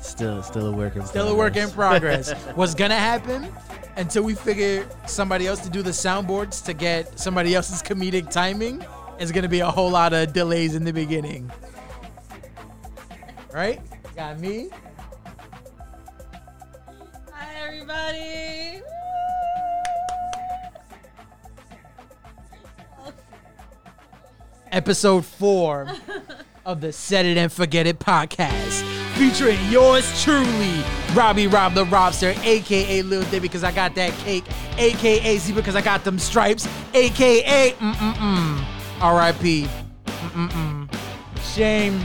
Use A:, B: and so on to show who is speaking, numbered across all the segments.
A: still still a work in
B: Still a work in progress. What's gonna happen until we figure somebody else to do the soundboards to get somebody else's comedic timing is gonna be a whole lot of delays in the beginning. Right? Got me.
C: Hi, everybody.
B: Episode four of the Set It and Forget It podcast. Featuring yours truly, Robbie Rob the Robster, aka Lil Dibby, because I got that cake, aka Z because I got them stripes, aka mm-mm-mm. R.I.P. Mm-mm-mm. Shame.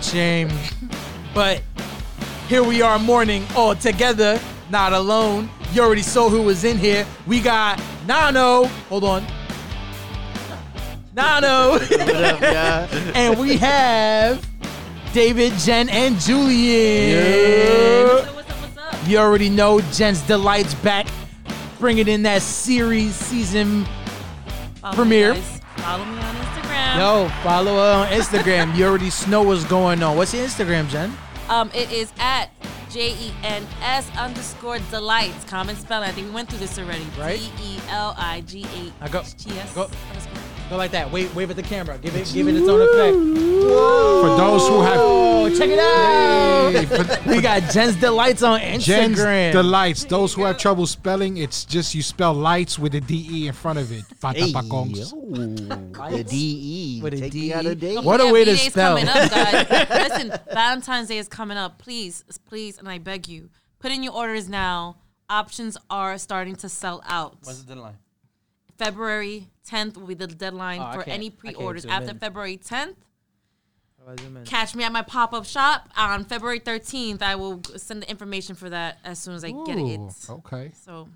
B: Shame. But here we are mourning all together, not alone. You already saw who was in here. We got Nano. Hold on. Nano. and we have David, Jen, and Julian.
C: So what's up? What's up?
B: You already know Jen's Delight's back, bringing in that series season.
C: Follow
B: Premiere.
C: Me guys. Follow me on Instagram.
B: Yo, follow her on Instagram. You already know what's going on. What's your Instagram, Jen?
C: Um, it is at J E N S underscore delights. Common spelling. I think we went through this already.
B: Right.
C: D E L I G A
B: Now go.
C: H T S.
B: Go. Go like that. Wave, wave at the camera. Give it, give it its own effect.
D: For those who have
B: Oh, check it out.
D: Hey, for-
B: We got Jen's Delights on
D: Jen's
B: Instagram.
D: delights. Those who have trouble spelling, it's just you spell lights with a de in front of it.
A: Hey,
D: Patapakongs.
A: yo, the DE.
B: With a
A: Take
B: DE.
A: me out of date.
B: What a way to
C: V-Day's
B: spell.
C: Coming up, guys. Listen, Valentine's Day is coming up. Please, please, and I beg you, put in your orders now. Options are starting to sell out.
E: deadline?
C: February 10th will be the deadline
B: Oh, I
C: for
B: can't- I
C: any
B: can't
C: pre-orders.
B: zoom
C: After
B: in.
C: February 10th, catch me at my pop-up shop on February 13th. I will g- send the information for that as soon as I get it.
D: Ooh, okay.
C: So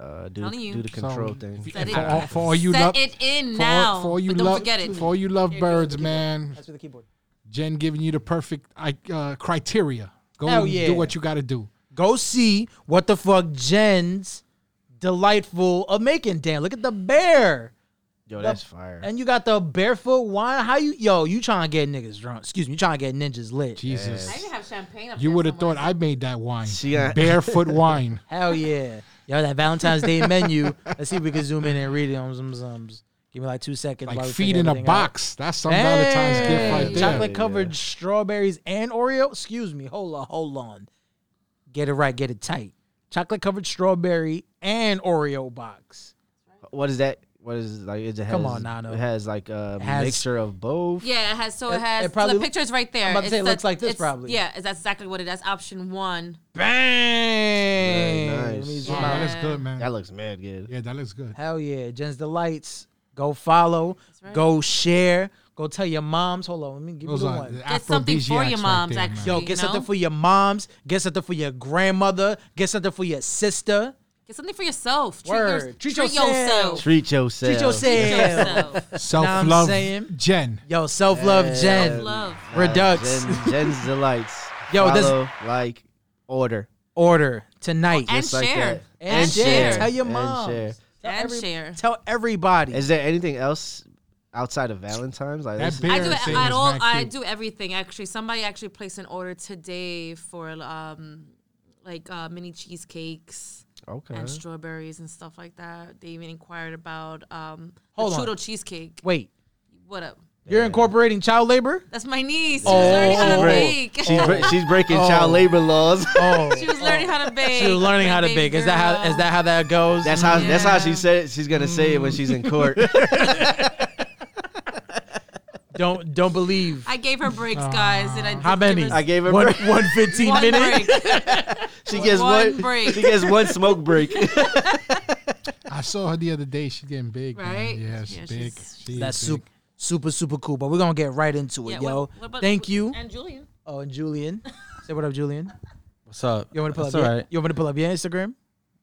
A: Uh, do,
C: Telling you.
A: do the control
D: So,
A: thing.
D: if-
C: Set
D: if
C: it.
D: for, all, for all you
C: set
D: love,
C: it in
D: for, all-
C: now.
D: for all you
C: but don't
D: love,
C: forget it.
D: for all you lovebirds, man.
B: That's with the keyboard.
D: Jen giving you the perfect I- uh, criteria. Go
B: Hell
D: and
B: yeah.
D: do what you got to do.
B: Go see what the fuck Jen's delightful of making. Damn, look at the bear.
A: Yo, that's fire.
B: And you got the barefoot wine. How you yo, you trying to get niggas drunk. Excuse me, you trying to get ninjas lit.
D: Jesus,
C: I even have champagne. Up
D: you
C: there
D: would have
C: somewhere.
D: thought I made that wine.
A: She
B: uh,
A: got-
D: Barefoot wine.
B: Hell yeah. Yo, that Valentine's Day menu. Let's see if we can zoom in and read it on some sums. Give me like two seconds.
D: Like
B: while we
D: feet
B: figure
D: in a
B: everything out.
D: box. That's some Valentine's gift
B: Hey,
D: right there.
B: Chocolate covered strawberries and Oreo. Excuse me. Hold on. Hold on. Get it right. Get it tight. Chocolate covered strawberry and Oreo box.
A: What is that? What is like? It has,
B: Come on, Nano.
A: It has like a
B: has-
A: mixture of both.
C: Yeah, it has. So
B: It-
C: it, has.
B: it probably
C: the
B: look-
C: picture's right there.
B: I'm about to say it
C: It's the-
B: looks like this
C: it's-
B: probably.
C: Yeah, that's exactly what it. That's option one.
B: Bang.
A: Very nice.
B: Let me zoom
D: Wow,
B: out.
D: that looks good, man.
A: That looks mad good.
D: yeah, that looks good.
B: Hell yeah. Jen's Delights. Go follow. Go share. Go tell your moms. Hold on. Let me give you
D: Those
B: the
D: are
B: one.
D: the
C: Get something for your
D: aphrodisiacs right
C: moms,
D: there, man.
C: actually.
B: Yo,
C: you
B: get something
C: know?
B: for your moms. Get something for your grandmother. Get something for your sister.
C: Get something for yourself. Treat,
B: Word.
C: your,
B: Treat
C: treat,
B: yourself.
C: yourself.
A: Treat yourself.
B: Treat yourself.
D: Self
B: Know what I'm
D: love,
B: saying?
D: Jen.
B: Yo, self love, Jen.
C: Love.
A: Uh,
B: Redux.
A: Jen, Jen's delights.
B: Yo, this-
A: Follow, like order.
B: Order tonight.
C: And
A: Just like
C: share.
A: that.
B: And share. Tell your
A: And
B: moms.
A: share.
B: Tell
C: And
B: every-
C: share.
B: Tell everybody.
A: Is there anything else outside of Valentine's? Like
D: That
A: this-
D: bear
C: I do it
D: thing
C: at
D: is
C: all.
D: mad
C: I
D: cute.
C: do everything actually. Somebody actually placed an order today for um like uh, mini cheesecakes
A: okay.
C: and strawberries and stuff like that. They even inquired about um
B: Hold
C: the
B: on.
C: Trudeau cheesecake.
B: Wait,
C: What up?
B: you're incorporating child labor?
C: That's my niece. She was learning how to
A: Oh.
C: bake.
A: She's, bre- she's breaking child labor laws.
B: Oh,
C: she was learning how to bake.
B: she was learning
C: My
B: how to
C: baby
B: bake. Is that how is
C: girl.
B: that how that goes?
A: That's how. That's how she
C: Yeah.
A: said it. She's gonna say it when she's in court.
B: don't don't believe.
C: I gave her breaks, guys. And I
B: How
C: did give
B: many?
C: her
A: I gave her.
B: One
A: break.
B: one fifteen
C: one
B: minute.
C: break.
A: She gets
C: One
A: one.
C: break.
A: She gets one smoke break.
D: I saw her the other day. She's getting big, man.
C: Right?
D: Yeah,
C: Yeah,
D: she's
C: she's-
D: big. She is
B: That's
D: big.
B: super super super cool. But we're gonna get right into it,
C: Yeah,
B: yo.
C: what- what about-
B: Thank you.
C: And Julian.
B: Oh, and Julian, say what up, Julian.
E: What's up?
B: You want me to pull
E: That's
B: up?
E: all
B: your-
E: right.
B: You want me to pull up your Instagram?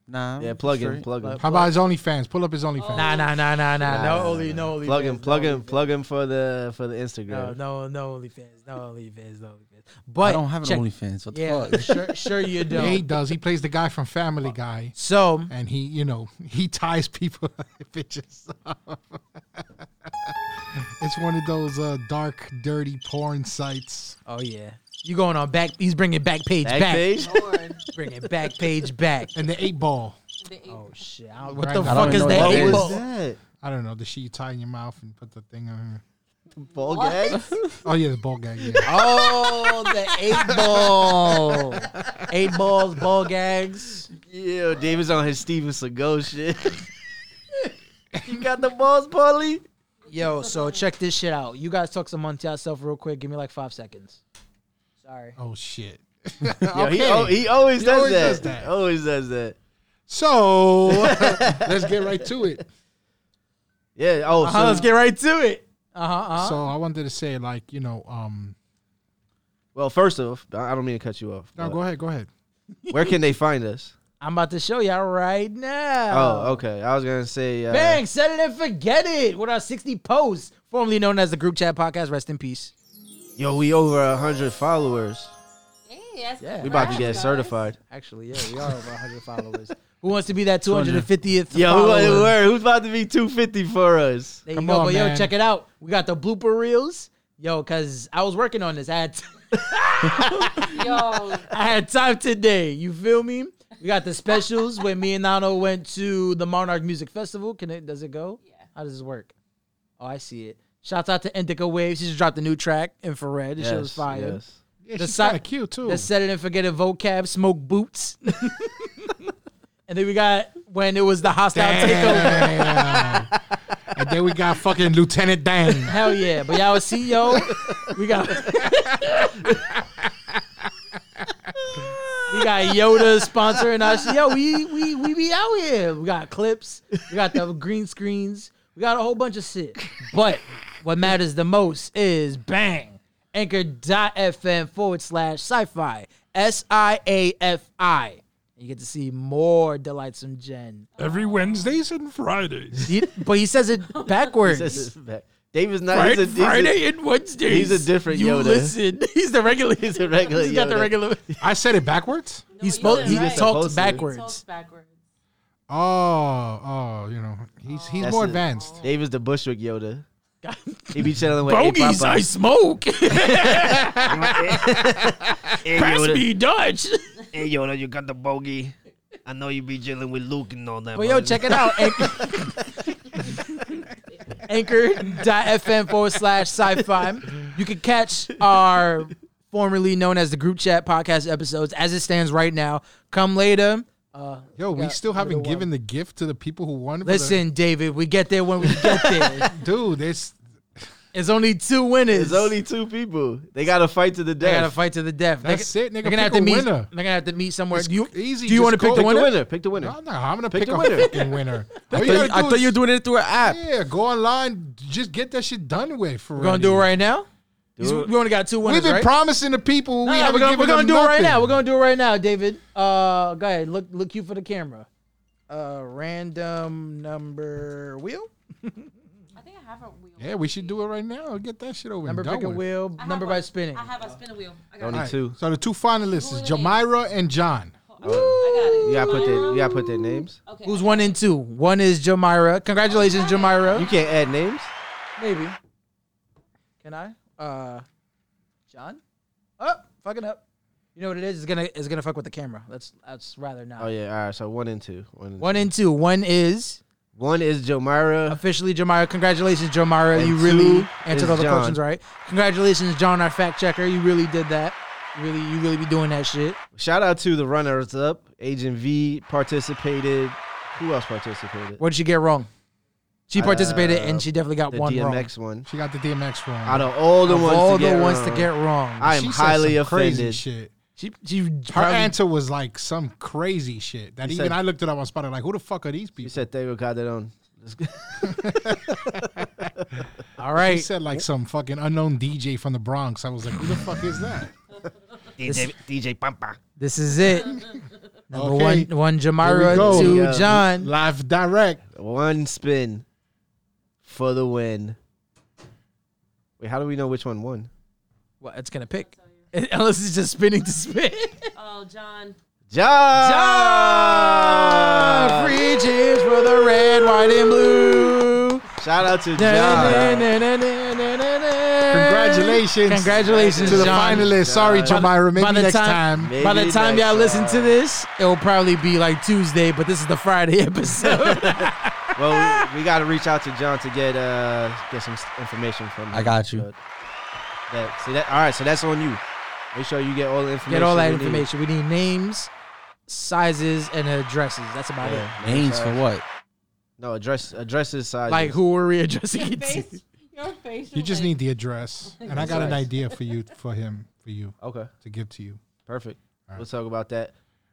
E: Nah.
A: Yeah, plug in,
E: straight.
A: plug in,
D: How about his OnlyFans? Pull up his
C: Oh,
D: OnlyFans.
B: Nah, nah, nah, nah, nah.
A: Nah,
B: No, only no only
A: plug in,
B: fans,
A: plug
B: no
A: in,
B: only
A: plug in for the for the
B: No,
A: Instagram.
B: no, no OnlyFans, no OnlyFans, no OnlyFans. But
E: I don't have an
B: check-
E: OnlyFans. What the
B: Yeah,
E: fuck?
B: sure, sure you
D: Yeah, he
B: don't.
D: does. He plays the guy from Family Guy,
B: So
D: and he, you know, he ties people bitches up. it's one of those uh, dark, dirty porn sites.
B: Oh yeah. You going on back? He's bringing back page back.
A: Backpage.
C: Lord.
B: Bringing back page back.
D: and the eight ball.
C: The
B: Oh shit! I don't- What
D: Right,
B: the
D: I
E: don't
B: fuck is
E: know
B: that?
E: what
A: What
E: that
B: eight
E: is.
A: was
B: ball?
A: that?
D: I don't know the shit you tie in your mouth and put the thing on.
A: Ball gag?
D: Oh yeah, the ball gag. Yeah.
B: Oh, the eight ball, eight balls, ball gags.
A: Yeah, David's on his Steven Seagal shit. you got the balls, Paulie?
B: Yo, so check this shit out. You guys talk some money to yourself real quick. Give me like five seconds. Sorry.
D: Oh shit.
A: Yo, he,
D: Okay.
A: al- he always, does,
D: always
A: that.
D: does that.
A: Always does that.
D: So let's get right to it.
A: Yeah. Oh,
B: Uh-huh, let's
A: so,
B: get right to it. Uh huh.
D: So I wanted to say, like, you know, um,
A: well, first off, I I don't mean to cut you off.
D: no,
A: but
D: go ahead, go ahead.
A: Where can they find us?
B: I'm about to show y'all right now.
A: Oh, okay. I was gonna say. Uh,
B: Bang! Set it and forget it. With our 60 posts, formerly known as the Group Chat Podcast. Rest in peace.
A: Yo, we over hundred followers.
C: Hey, that's
B: Yeah.
A: We about to get certified.
B: Actually, yeah, we are over 100 followers. Who wants to be that 250th?
A: Yo, who,
B: follower?
A: where- who's about to be two fifty for us?
B: There you
D: Come
B: go.
D: on,
B: but yo,
D: man.
B: check it out. We got the blooper reels. Yo, cause I was working on this. I had
C: Yo,
B: I had time today. You feel me? We got the specials when me and Nano went to the Monarch Music Festival. Can it does it go?
C: Yeah.
B: How does this work? Oh, I see it. Shouts out to Indica Waves. She just dropped a new track, Infrared. The shit was fire.
A: yes.
D: Yeah,
B: The
D: she's
B: si-
D: kind of cute too.
B: The set it and forget it vocab, smoke boots. and then we got when it was the hostile takeover.
D: Damn. and then we got fucking Lieutenant Dan.
B: Hell yeah. But y'all see, yo, we got We got Yoda sponsoring us. Yo, we we we be out here. We got clips. We got the green screens. We got a whole bunch of shit. But what matters the most is bang. Anchor.fm forward slash sci-fi. S-I-A-F-I. You get to see more delightsome Jen.
E: Every Wednesdays and Fridays.
B: He- but he says it backwards.
A: This is back. David's not.
E: Right?
A: he's a- he's a-
E: Friday and Wednesdays.
A: he's a different
B: you
A: Yoda.
B: listen. He's the regular.
A: He's a regular
B: He's got the
A: Yoda.
B: regular.
D: I said it backwards.
B: He spoke. He
A: right.
B: talked
A: Supposed to.
B: backwards.
C: Talks backwards.
D: Oh, oh, you know, he's he's
A: That's
D: more
A: it.
D: advanced.
A: David's the Bushwick Yoda. He be chilling with hey,
E: Bogies, I
A: Papa.
E: smoke.
A: Hey,
E: Pass
A: Yoda.
E: me Dutch.
A: Hey Yoda, you got the bogey. I know you be dealing with Luke and all that.
B: But yo, check it out. Anchor. Anchor.fm forward slash sci fi. You can catch our formerly known as the group chat podcast episodes as it stands right now. Come later. Uh,
D: Yo, we
B: Yeah,
D: still haven't given the gift to the people who won. for the-
B: listen, David, we get there when we get there.
D: dude, this
B: it's only two winners.
A: There's only two people. They got to fight to the
B: they gotta
A: death.
B: fight to the death. They
D: That's
B: g-
D: it, nigga.
B: They're gonna have to
D: Pick a
B: meet.
D: winner.
B: They're gonna have to meet somewhere.
D: It's
B: Do you,
D: easy,
B: do you
D: just
B: want to pick
D: go
B: the
D: with
A: Pick the
B: winner?
A: winner. Pick the winner.
D: No, no, I'm gonna
A: Pick
D: pick,
A: the
D: a
A: winner.
D: fucking winner. All you gotta do is-
E: doing it through an app.
D: Yeah, go online. Just get that shit done with. For
B: We're gonna do it right now.
A: Do it.
B: We only got two winners.
D: We've been
B: right?
D: promising the people.
B: No,
D: we
B: no,
D: haven't
B: we're gonna,
D: given
B: we're gonna
D: them
B: do it right
D: nothing.
B: now. We're gonna do it right now, David. Uh, go ahead. Look, look you for the camera. Uh, random number wheel.
C: I think I have a wheel.
D: Yeah, we should do it right now. Get that shit over.
B: Number
D: and done
B: pick a
D: with.
B: wheel.
C: I have
B: Number
C: a-
B: by spinning.
C: I have a spinner wheel. I got
A: Only
C: it.
D: All right,
A: two.
D: So the two finalists is
C: Who are the
D: Jamira and John.
C: I
A: You
C: got it.
A: gotta put their, you gotta put their names.
C: Okay.
B: Who's one and two? One is Jamira. Congratulations,
A: You
B: Jamira.
A: can't add names.
B: Maybe. Can I? Uh, John. Up. fucking up. You know what it is? It's gonna it's gonna fuck with the camera. That's that's rather not.
A: Oh yeah. All right. So one and two. One. And
B: One and two. One is
A: One is Jomira.
B: officially Jamara. Congratulations, Jamara.
A: And
B: you
A: two
B: really
A: is
B: answered all the
A: John.
B: questions right. Congratulations, John, our fact checker. You really did that. You really, you really be doing that shit.
A: Shout out to the runners up. Agent V participated. Who else participated?
B: What did she get wrong? She participated
A: Uh,
B: and she definitely got
A: The
B: one wrong.
A: DMX one.
D: She got the DMX wrong.
A: Out of all the
B: Of
A: ones,
B: all
A: to
B: the
A: get
B: ones to
A: wrong,
B: get wrong,
A: I am
D: She said
A: highly
D: some Crazy
A: offended.
D: shit.
B: she, she
D: Her
B: probably-
D: answer was like some crazy shit that
A: He
D: even
A: said-
D: I looked it up on Spotify. Like, who the fuck are these
A: You
D: people?
A: said they were got that on. Let's go.
B: All
D: She
B: right,
D: said like some fucking unknown DJ from the Bronx. I was like, who the fuck is that?
B: DJ
A: DJ Pampa.
B: this is it. Number
D: Okay.
B: one, one
D: Here we
B: Jamara,
D: go.
B: two
A: Yeah.
B: John.
D: Live direct.
A: One spin for the win. Wait, how do we know which one won?
B: Well, it's gonna pick unless it's just spinning to spin.
C: Oh, John.
A: John! Ah!
B: John, free cheers for the red, white, and blue.
A: Shout out to
B: Na-
A: John.
B: na- na- na- na- na- na- na.
D: Congratulations.
B: Congratulations,
D: to the
B: John.
D: finalists. Sorry,
B: By the-
D: Jamaira. Maybe
B: by the
D: next time.
B: By the
A: Maybe
B: time
A: next
B: y'all listen to
A: time.
B: this, it will probably be like Tuesday, but this is the Friday episode.
A: well, we, we got to reach out to John to get uh get some s- information from. him.
B: I got you.
A: But That, see that? All right, so that's on you. Make sure you get all the information.
B: Get all that
A: you need.
B: information. We need names, sizes, and addresses. That's about
A: Yeah.
B: it.
F: Names for what?
A: No address addresses size.
B: Like who are we addressing
C: Your
B: it to?
C: face, your facial.
D: You just
C: like-
D: need the address, and I got an
A: Address.
D: idea for you, for him, for you
A: Okay,
D: to give to you.
A: perfect. We'll talk about that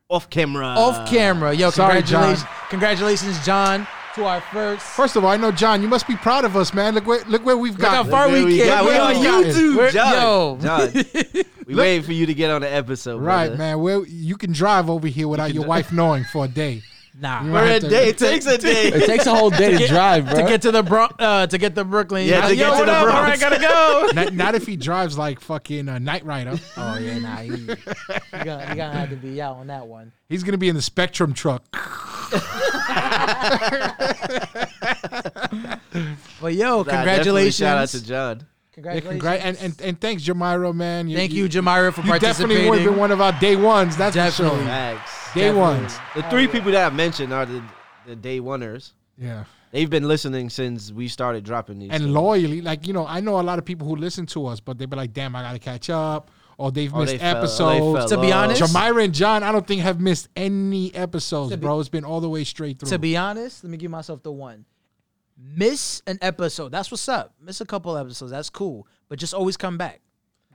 A: off camera.
B: Off camera, yo!
D: sorry, John.
B: Congratulations, congratulations, John, to our first.
D: First of all, I know John. You must be proud of us, man. Look where look where we've
B: Look how
D: got.
B: far
A: There
B: we
A: we
B: came.
A: got- we
B: Look
D: on
B: how far we
A: YouTube,
B: got.
A: John.
B: Yo,
A: John, we waiting for you to get on the episode.
D: Right,
A: brother.
D: man. Where you can drive over here without your wife knowing for a day.
B: nah.
D: You
A: For
D: don't
A: a
D: have to-
A: day, it takes a
F: It
A: day.
F: takes a whole day to, drive, bro.
B: To get to the Bron- uh, to get the Brooklyn.
A: Yeah, to
B: yo,
A: get to
B: what
A: the
B: up? All right,
A: Bronx.
B: gotta go.
D: Not, not if he drives like fucking uh, Knight Rider.
B: oh yeah, nah. You, you gonna, you gonna have to be out on that one.
D: He's gonna be in the Spectrum truck.
B: But yo,
A: Nah, definitely
B: congratulations.
A: Shout out to John.
D: Yeah,
B: congratulations.
D: congra- and, and and thanks, Jamiro, man.
B: Thank you, Jamira, for
D: You
B: participating.
D: definitely would have been one of our day ones. That's for
B: Definitely.
D: sure.
A: Thanks.
D: Day
B: Definitely.
D: ones.
A: The three people that I mentioned are the, the day oneers.
D: Yeah.
A: They've been listening since we started dropping these.
D: and
A: so-
D: loyally. Like you know, I know a lot of people who listen to us, but they be like, "Damn, I gotta catch up," or they've
A: Oh,
D: missed
A: they fell- oh, they
D: episodes.
A: fell
B: To be
A: off.
B: honest-
D: Jamira and John, I don't think have missed any episodes,
B: To be-
D: bro. It's been all the way straight through.
B: To be honest, let me give myself the one. Miss an episode. That's what's up. Miss a couple episodes. That's cool. But just always come back.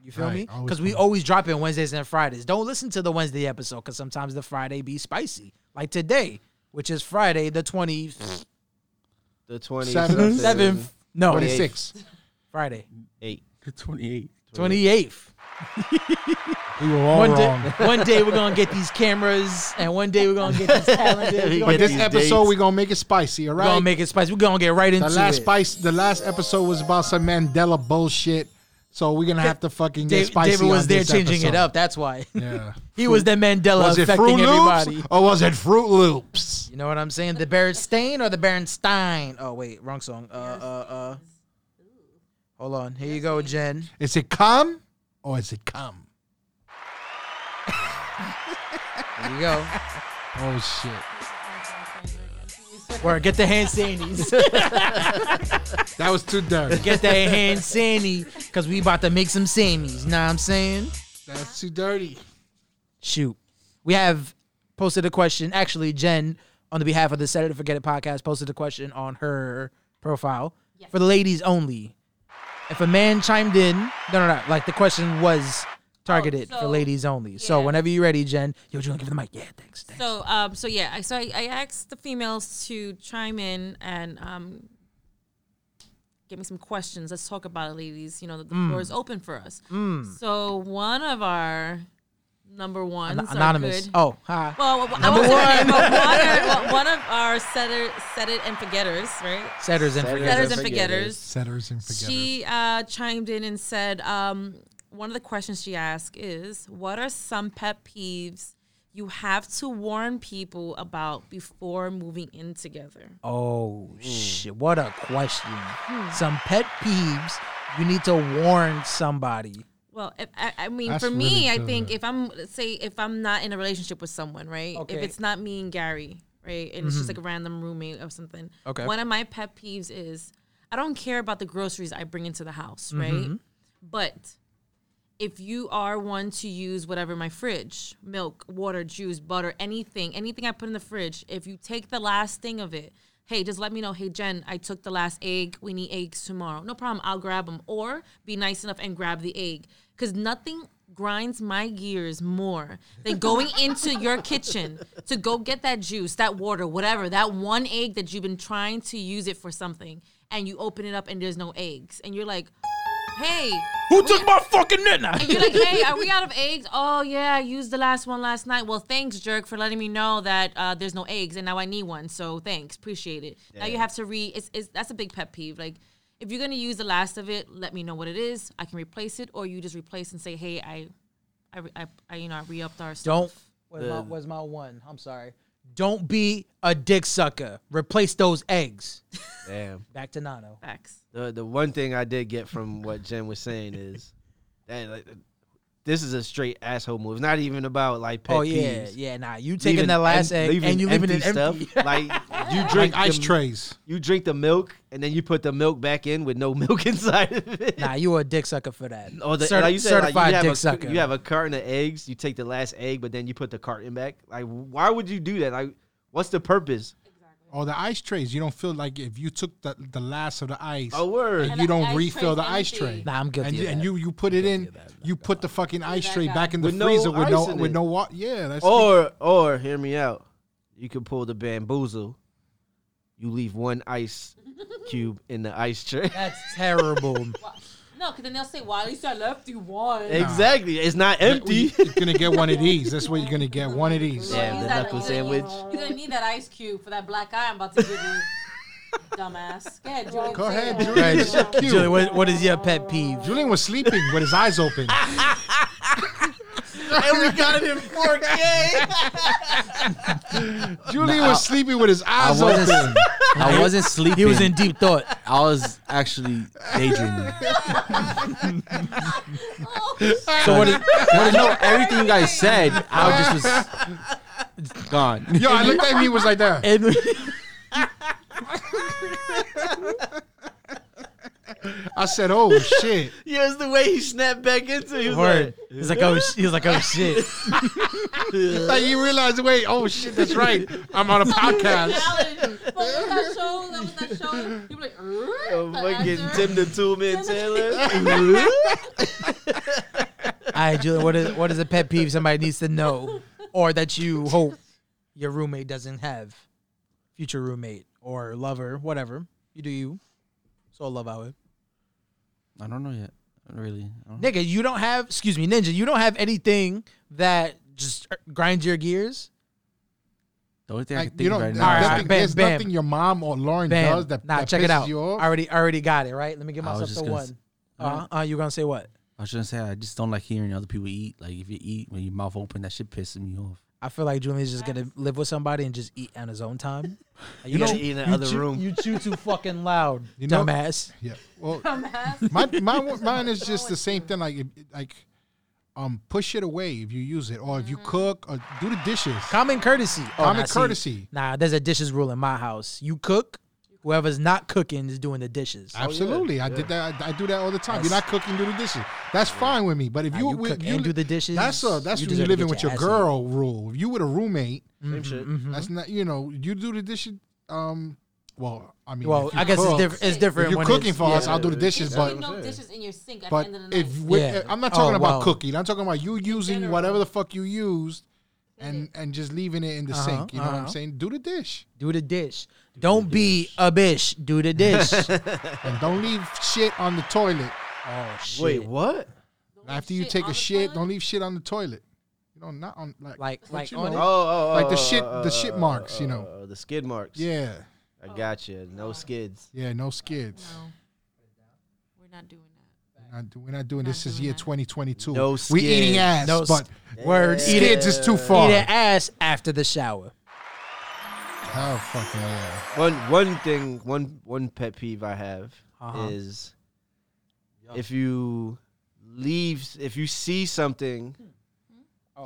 B: You feel
D: Right,
B: me?
D: always
B: Because we
D: come
B: always drop in Wednesdays and Fridays. Don't listen to the Wednesday episode because sometimes the Friday be spicy. Like today, which is Friday the 27th.
A: the 20
D: Seven.
A: something.
B: No,
D: twenty six,
B: Friday.
A: eight.
F: 28.
B: 28th.
D: we were all
B: One
D: wrong.
B: day, one day we're going to get these cameras and one day we're going to get these calendars. We're
A: But
B: going
D: This
A: These
D: episode
A: dates.
D: we gonna make it spicy, all right?
B: to make it spicy. We're going to get right into
D: the last
B: it.
D: spice. The last episode was about some Mandela bullshit, so we're gonna have to fucking get
B: Dave-
D: spicy.
B: David was
D: on
B: there
D: this
B: changing it
D: episode.
B: up. That's why.
D: Yeah.
B: He was the Mandela
D: Was it
B: affecting
D: Fruit
B: everybody.
D: Loops or was it Fruit Loops?
B: You know what I'm saying? The Berenstain or the Berenstein? Oh wait, wrong song. Uh, uh, uh. Hold on. Here you go, Jen.
D: Is it come or is it come?
B: Here you go.
D: Oh shit.
B: Word. Get the hand sandies.
D: That was too dirty.
B: get that hand sandy, cause we about to make some sammies. Know what I'm saying?
D: That's too dirty.
B: Shoot. We have posted a question. Actually, Jen, on the behalf of the Saturday Forget It podcast, posted a question on her profile for the ladies only. If a man chimed in, no, no, no. Like the question was targeted for
C: Oh, so-
B: ladies only. So
C: yeah.
B: whenever you're ready, Jen, yo, you gonna give her the mic? Yeah, thanks. thanks.
C: So um so yeah, I so I, I asked the females to chime in and um give me some questions. Let's talk about it, ladies. You know, the, the
D: Mm.
C: floor is open for us. So one of our number ones
B: An-
C: are
B: anonymous.
C: good-
B: Oh, hi.
C: Well, well, I was one. But one, well, one of our setter, set it and forgetters, right?
B: Setters and forget.
C: Setters and forgetters.
D: Setters and forgetters.
C: She uh, chimed in and said, um, one of the questions she asked is, what are some pet peeves you have to warn people about before moving in together?
B: Oh shit! What a question.
C: Hmm.
B: Some pet peeves. You need to warn somebody.
C: Well, if, I, I mean,
D: That's
C: for me,
D: really
C: I think
D: good.
C: if I'm let's say if I'm not in a relationship with someone, right?
B: Okay.
C: If it's not me and Gary, right, and it's just
D: Mm-hmm.
C: like a random roommate or something.
B: Okay.
C: One of my pet peeves is I don't care about the groceries I bring into the house,
B: Mm-hmm.
C: right? But if you are one to use whatever my fridge, milk, water, juice, butter, anything, anything I put in the fridge, if you take the last thing of it, hey, just let me know, hey, Jen, I took the last egg. We need eggs tomorrow. No problem. I'll grab them. Or be nice enough and grab the egg. Because nothing grinds my gears more than going into your kitchen to go get that juice, that water, whatever, that one egg that you've been trying to use it for something. And you open it up and there's no eggs. And you're like, hey,
E: Who took my fucking net now?
C: and you're like, hey, are we out of eggs? Oh yeah, I used the last one last night. Well, thanks, jerk, for letting me know that uh, there's no eggs, and now I need one. So thanks, appreciate it. Now you have to re. It's, it's that's a big pet peeve. Like, if you're gonna use the last of it, let me know what it is. I can replace it, or you just replace and say, hey, I, I, re- I, I you know, I re-upped our. stuff.
B: Don't. Where's my, where's my one? I'm sorry. Don't be a dick sucker. Replace those eggs.
A: Damn.
B: Back to Nano.
C: Facts.
A: The the one thing I did get from what Jen was saying is that like, this is a straight asshole move. It's not even about like pet
B: oh yeah,
A: peeves.
B: yeah. Nah, you
A: Leaving
B: taking that last
A: em-
B: egg and you leaving it empty.
A: stuff. like you
D: Drink
A: drink
D: ice
A: the,
D: trays.
A: You drink the milk and then you put the milk back in with no milk inside of it.
B: nah, you a dick sucker for that.
A: Or Oh, the,
B: Certi-
A: like you said, like,
B: certified
A: you have
B: dick
A: a,
B: sucker.
A: You have a carton of eggs. You take the last egg, but then you put the carton back. Like, why would you do that? Like, what's the purpose?
D: Or the ice trays. You don't feel like if you took the, the last of the ice
A: A word.
D: and
C: And
D: you
C: the
D: don't
C: ice
D: refill
C: tray's
D: the ice tray.
C: empty.
B: Nah, I'm guilty
D: And
B: of
D: you, and
B: that.
D: you, you put it in. You put the fucking ice tray back in the
A: With no
D: freezer with
A: ice
D: no
A: in
D: with
A: it. Oh,
D: no water. Yeah, that's
A: Or, or hear me out. You could pull the bamboozle. You leave one ice cube in the ice tray.
B: That's terrible.
C: No, because then they'll say, "Why at least I left you one."
A: exactly. It's not empty.
D: You're gonna get one of these. That's what you're gonna get. One of these.
A: Yeah, the knuckle sandwich.
C: You're gonna need that ice cube for that black eye I'm about to give you, dumbass. Go ahead, Julian.
D: Go
C: say
D: ahead,
C: it.
D: Julian. It's so cute.
B: Julie, what, what is your pet peeve?
D: Julian was sleeping with his eyes open.
A: and we got it in 4K.
D: Julian was sleeping with his
F: I
D: eyes
F: wasn't.
D: open.
F: I wasn't sleeping.
B: He was in deep thought.
F: I was actually daydreaming.
C: Oh, shit.
F: So what? Is, what is, no, everything you guys said, I just was gone.
D: Yo, I looked at him. He was like that.
B: And-
D: I said, "Oh shit."
A: yeah, it's the way he snapped back into it. He was
B: Word.
A: like,
B: He's like, oh, sh- he was like, oh shit.
D: Like you realize, wait, oh shit, that's right. I'm on a podcast.
C: Challenge. But what was that show? That was that show. You were like,
A: oh,
C: "Err?"
A: fucking
C: After-
A: Tim the Two Man Taylor.
D: Mm-hmm.
B: All right, Julian, what is what is a pet peeve somebody needs to know, or that you hope your roommate doesn't have, future roommate or lover, whatever you do, you. So love hour,
F: I don't know yet. Really. I don't know.
B: nigga. You don't have, excuse me, ninja. You don't have anything that just grinds your gears.
F: The only thing I
D: Like,
F: can
D: you
F: think
D: don't.
F: of right now.
B: All
F: is
B: right,
D: nothing,
B: all
F: like,
B: bam,
D: there's
B: bam.
D: nothing your mom or Lauren
B: Bam.
D: does that,
B: nah,
D: that
B: check
D: pisses
B: it out.
D: you off.
B: I already already got it right. Let me give
F: I was
B: myself
F: just
B: the
F: gonna
B: one.
F: s-
B: Uh, uh, you gonna say what?
F: I was just gonna say I just don't like hearing other people eat. Like if you eat when your mouth open, that shit pisses me off.
B: I feel like Julian's just gonna live with somebody and just eat on his own time. You,
A: gotta eat in the other
B: chew-
A: room.
B: You chew too fucking loud,
D: You know-
B: dumbass.
D: Yeah. Well, my, my mine is just the same thing. Like it- like, um, push it away if you use it, or if you cook, or do the dishes.
B: Common courtesy. Oh,
D: Common
B: nah, see.
D: courtesy.
B: Nah, there's a dishes rule in my house. You cook, whoever's not cooking is doing the dishes.
D: Ah, Absolutely, I did that. I, I do that all the time. You're not cooking, do the dishes. That's fine with me. But if
B: Nah,
D: you,
B: you
D: if
B: cook and do the dishes,
D: that's a that's
B: you
D: when
B: deserve
D: you're
B: to
D: living
B: get
D: with
B: your
D: your
B: ass Mm-hmm. ate.
D: girl rule. If you with a roommate,
A: Same shit.
D: that's not you know you do the dishes. Um, well, I mean,
B: Well,
D: if you
B: I guess it's
D: cook-
B: different. It's
C: If
D: If
B: different.
D: you're
B: when
D: cooking
B: it's-
D: for
B: yeah.
D: us, I'll do the dishes.
C: There's
D: But
C: really no dishes in your sink at
D: But
C: the end of the night.
D: if we,
B: Yeah.
D: I'm not
B: Oh,
D: talking about
B: wow.
D: cooking, I'm talking about you using
C: general.
D: whatever the fuck you used, and and just leaving it in the
B: Uh-huh,
D: sink. You know what I'm
B: uh-huh.
D: saying? Do the dish
B: Do the dish. Don't be a bitch. Do the dish.
D: and don't leave shit on the toilet.
B: oh
D: Mm-hmm.
B: shit.
A: Wait, what?
D: After you
C: shit
D: take
C: on
D: a
C: the
D: shit,
C: toilet?
D: don't leave shit on the toilet. You know, not on like
B: Like-
D: but
B: like
D: you
B: on
D: know,
A: Oh,
B: it?
A: oh, oh
D: Like the
A: oh,
D: shit-
A: oh,
D: the
A: oh,
D: shit
A: oh,
D: marks, you
A: oh,
D: know.
A: oh, the skid marks.
D: Yeah,
A: I got you. No skids.
D: yeah, no skids.
C: No. We're not doing that.
D: We're not do- We're not doing this.
C: Not
D: Is
C: doing
D: year
C: that.
D: 2022.
A: No
D: we eating
A: skids.
D: ass,
B: No
D: but
B: Word. Eat it.
D: skids is too
B: Eat
D: far.
B: an ass after the shower.
D: Hell fucking yeah.
A: One one thing, one one pet peeve I have
B: Uh-huh.
A: is if you leave, if you see something,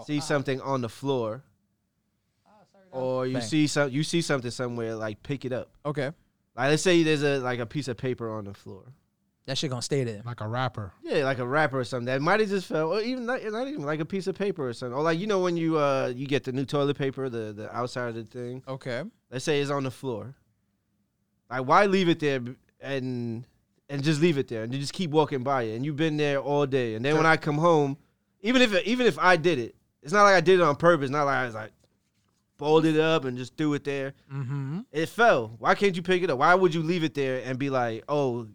A: see something on the floor, or you
B: Bang.
A: see some, you see something somewhere, like pick it up.
B: Okay.
A: Like let's say there's a like a piece of paper on the floor.
B: That shit gonna stay there.
D: Like a rapper.
A: Yeah, like a wrapper or something that might have just fell, or even not, not even like a piece of paper or something, or like you know when you uh you get the new toilet paper, the the outside of the thing.
B: Okay.
A: let's say it's on the floor. Like why leave it there b- and and just leave it there and you just keep walking by it and you've been there all day and then when I come home, even if even if I did it, it's not like I did it on purpose. Not like I was like folded it up and just threw it there.
B: Mm-hmm.
A: It fell. Why can't you pick it up? Why would you leave it there and be like, oh,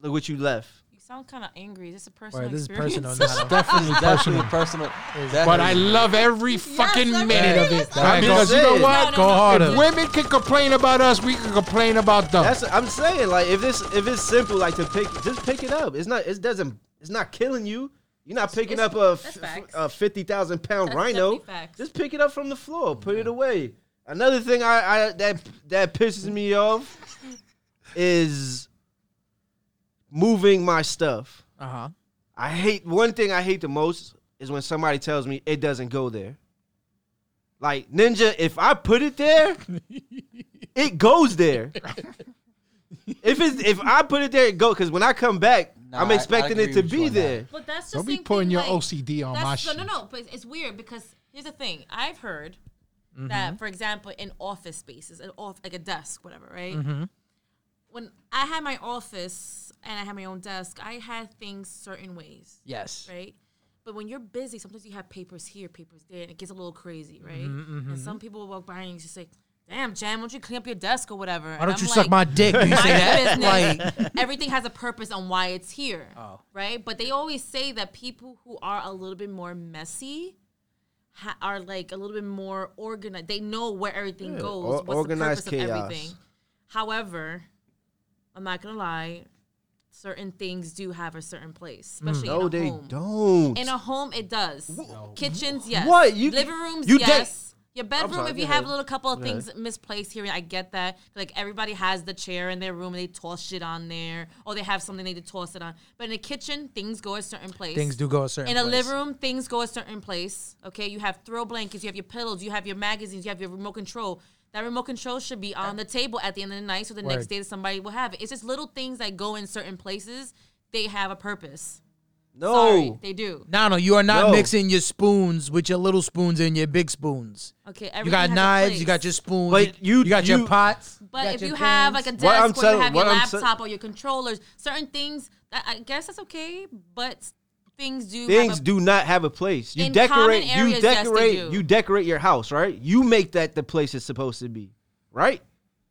A: look what you left?
C: You sound kind of angry. This is a personal
B: Word. This is
C: experience.
B: personal. Now.
F: Definitely, definitely personal.
D: But I love every fucking
C: that's
D: minute
C: right.
D: of it.
C: That's right.
D: Because you
A: That's
D: know
A: it.
D: what?
B: Go
D: If
B: harder.
D: women can complain about us, we can complain about them.
A: That's I'm saying. Like if it's if it's simple, like to pick, just pick it up. It's not. It doesn't. It's not killing you. You're not picking
C: it's-
A: up a, f-
C: that's facts.
A: a fifty thousand pound
C: That's
A: rhino.
C: definitely facts.
A: Just pick it up from the floor. Put it away. Another thing I, I that that pisses me off is moving my stuff.
B: Uh huh.
A: I hate one thing I hate the most is when somebody tells me it doesn't go there. Like Ninja, if I put it there, it goes there. if it's if I put it there, it go because when I come back,
F: Nah,
A: I'm
F: I- I
A: expecting
F: agree
A: it to
F: with you
A: be
F: on that.
A: there.
C: But that's the
D: Don't be
C: same
D: putting
C: thing,
D: your
C: like,
D: OCD
B: Oh,
D: on my
C: that's-
D: shit.
C: No, no, no. But it's, it's weird because here's the thing. I've heard
B: Mm-hmm.
C: that, for example, in office spaces, an off like a desk, whatever, right?
B: Mm-hmm.
C: When I had my office and I had my own desk, I had things certain ways,
B: Yes.
C: right? But when you're busy, sometimes you have papers here, papers there, and it gets a little crazy, right?
B: Mm-hmm,
C: And some people will walk by and you just say, "Damn, Jan, why don't you clean up your desk or whatever?"
B: Why don't you suck my dick? Do you say that?
C: business.
B: Like,
C: everything has a purpose on why it's here.
A: Oh.
C: Right? But they always say that people who are a little bit more messy ha- are like a little bit more organized. They know where everything goes,
A: or-
C: what's
A: organized
C: the purpose
A: chaos.
C: of everything. However, I'm not going to lie, certain things do have a certain place, especially in
A: Mm. No,
C: a
A: they
C: home.
A: don't.
C: In a home, it does. Kitchens, yes.
A: What? You-
C: living rooms,
A: you did-
C: yes. Your bedroom,
A: sorry,
C: if
A: go
C: you have
A: ahead.
C: a little couple of things misplaced here, and I get that. Like everybody has the chair in their room, and they toss shit on there, or they have something they need to toss it on. But in the kitchen, things go a certain place.
B: things do go a certain.
C: In a
B: place.
C: living room, things go a certain place. Okay, you have throw blankets, you have your pillows, you have your magazines, you have your remote control. That remote control should be on the table at the end of the night, so the next
B: Word.
C: day somebody will have it. It's just little things that go in certain places. They have a purpose.
A: no,
B: Oh.
C: Sorry, they do.
B: No, no, you are not
A: No.
B: mixing your spoons with your little spoons and your big spoons.
C: Okay,
B: You
C: everything
B: got
C: has a
B: knives, you
C: place.
B: got your spoons,
A: But you-
B: got your
A: you-
B: pots.
C: But
B: got
C: if
B: your
C: you have like
B: things.
C: a
A: What I'm
C: desk, or
A: saying-
C: you have your
A: what I'm sa-
C: laptop or your controllers, certain things, I, I guess that's okay. But things do
A: things
C: have a,
A: do not have a place. You
C: In
A: decorate,
C: common areas,
A: you
C: yes, they
A: decorate,
C: do.
A: you decorate your house, right? You make that the place it's supposed to be, right?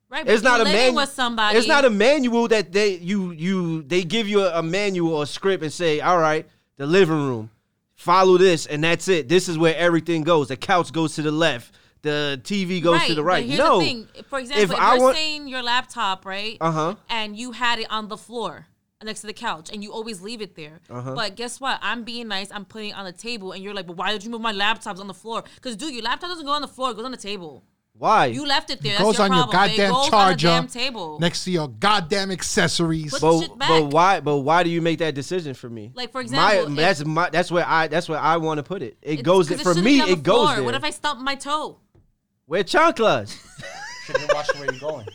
C: right.
A: It's
C: but
A: not a
C: you're living
A: manual.
C: with somebody.
A: It's not a manual that they you you they give you a, a manual or a script and say, all right, the living room, follow this and that's it. This is where everything goes. The couch goes to the left. The TV goes to the
C: but
A: right.
C: here's
A: No,
C: the thing. For example, if,
A: I
C: you're
A: want-
C: saying your laptop, right?
A: Uh-huh.
C: And you had it on the floor next to the couch, and you always leave it there.
A: Uh-huh.
C: But guess what? I'm being nice. I'm putting it on the table, and you're like, "But why did you move my laptops on the floor?" Because dude, your laptop doesn't go on the floor; it goes on the table.
A: why?
C: You left it there. That's
D: goes
C: your
D: on your
C: problem.
D: goddamn
C: it goes
D: charger
C: on the damn table.
D: next to your goddamn accessories.
C: But-
A: but,
C: shit
A: but
C: back.
A: why but why do you make that decision for me?
C: Like, for example,
A: my,
C: if-
A: that's my that's where I that's where I want to put it. It
C: It's-
A: goes
C: 'cause
A: for
C: shouldn't
A: me.
C: be on the
A: It goes
C: floor.
A: there.
C: What if I stump my toe?
A: Where chanclas?
F: Should have watched where you're going.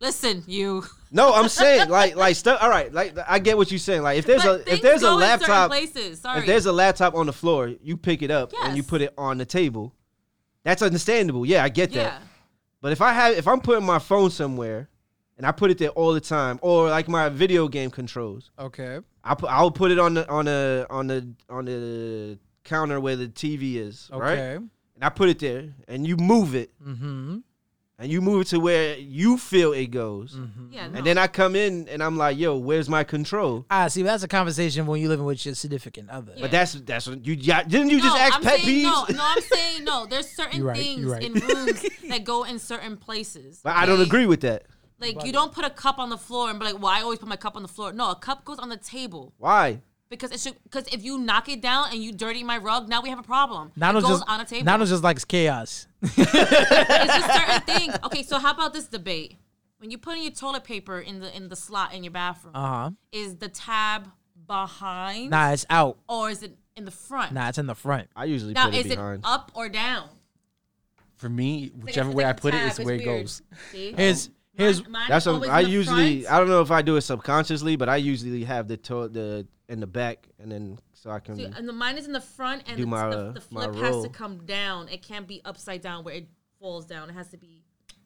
C: Listen, you.
A: No, I'm saying like like stuff. All right, like I get what you're saying. Like if there's
C: But
A: a if
C: things
A: there's a
C: go in certain
A: laptop
C: places. Sorry.
A: if there's a laptop on the floor, you pick it up and you
C: Yes.
A: put it on the table. That's understandable. Yeah, I get
C: yeah.
A: that. But if I have if I'm putting my phone somewhere and I put it there all the time, or like my video game controls,
B: Okay.
A: I put I'll put it on the on the on the on the counter where the TV is, right?
B: Okay.
A: And I put it there, and you move it,
B: Mm-hmm.
A: and you move it to where you feel it goes.
B: Mm-hmm.
C: Yeah.
A: And then I come in and I'm like, yo, where's my control?
B: Ah, see, that's a conversation when you're living with your significant other.
A: But that's that's what you yeah, didn't you just ask
C: I'm
A: pet
C: saying
A: peeves?
C: No, no, I'm saying no. There's certain
B: You're right,
C: things
B: you're right.
C: in rooms that go in certain places.
A: but I don't
C: okay?
A: agree with that.
C: Like you don't put a cup on the floor and be like, "Well, I always put my cup on the floor." No, a cup goes on the table
A: Why?
C: because it should. Because if you knock it down and you dirty my rug, now we have a problem.
B: Nano
C: it goes
B: just
C: on a table.
B: Nano just likes chaos.
C: it's just certain things. Okay, so how about this debate? When you put in your toilet paper in the in the slot in your bathroom,
B: Uh huh.
C: is the tab behind
B: Nah, it's out.
C: or is it in the front?
B: Nah, it's in the front.
A: I usually
C: now
A: put it
C: is
A: behind.
C: it up or down?
F: For me,
C: Like,
F: whichever
C: it's
F: way I
C: like a
F: put it
C: tab,
F: is the way it
C: weird.
F: goes.
C: See?
B: Here's here's
C: Mine- mine
A: That's
C: is
A: what
C: always
A: I
C: in the
A: usually.
C: front.
A: I don't know if I do it subconsciously, but I usually have the to- the in the back, and then so I can.
C: See, uh, and the mine is in the front, and
A: Do
C: it's
A: my,
C: the,
A: uh,
C: the
A: my
C: flip has
A: roll.
C: to come down. It can't be upside down where it falls down. It has to be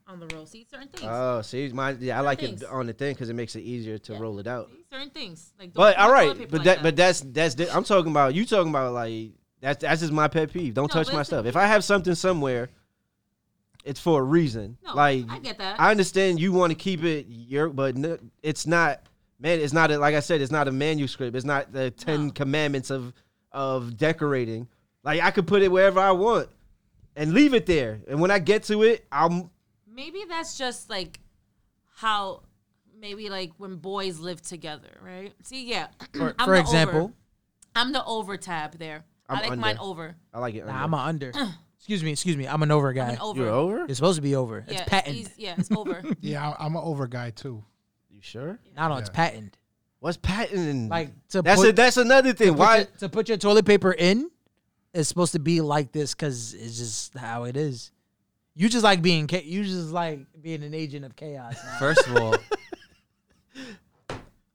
C: on the roll. See certain things.
A: Oh, see, my yeah, I like
C: Thanks.
A: it on the thing because it makes it easier to roll it out.
C: See, certain things. Like don't
A: But
C: put
A: all
C: toilet
A: right,
C: paper
A: but
C: like
A: that, but that's that's di- I'm talking about. You talking about like that's that's just my pet peeve. Don't
C: No,
A: touch
C: but
A: my
C: it's-
A: stuff. If I have something somewhere, it's for a reason.
C: No,
A: like
C: I get that.
A: I understand you want to keep it your, but no, it's not. Man, it's not a, like I said. It's not a manuscript. It's not the Ten Commandments of of decorating. Like I could put it wherever I want and leave it there. And when I get to it, I'm
C: maybe that's just like how maybe like when boys live together, right? See, yeah.
B: for,
C: I'm
B: for
C: the
B: example.
C: over. I'm the over tab there. i
A: I'm
C: like mine
A: under.
C: over.
A: I like it.
B: Nah,
A: under.
B: I'm a under. Excuse me, excuse me. I'm an over guy.
C: an over.
A: You're over?
B: it's supposed to be over.
C: Yeah,
B: it's patent.
C: eas- yeah, it's over.
D: Yeah, I, I'm an over guy too.
A: You sure?
B: No, no, it's patent.
A: What's patenting?
B: Like to
A: that's
B: put,
A: a, that's another
B: to
A: thing.
B: put
A: Why
B: your- to put your toilet paper in is supposed to be like this because it's just how it is. You just like being cha- you just like being an agent of chaos.
F: First of all,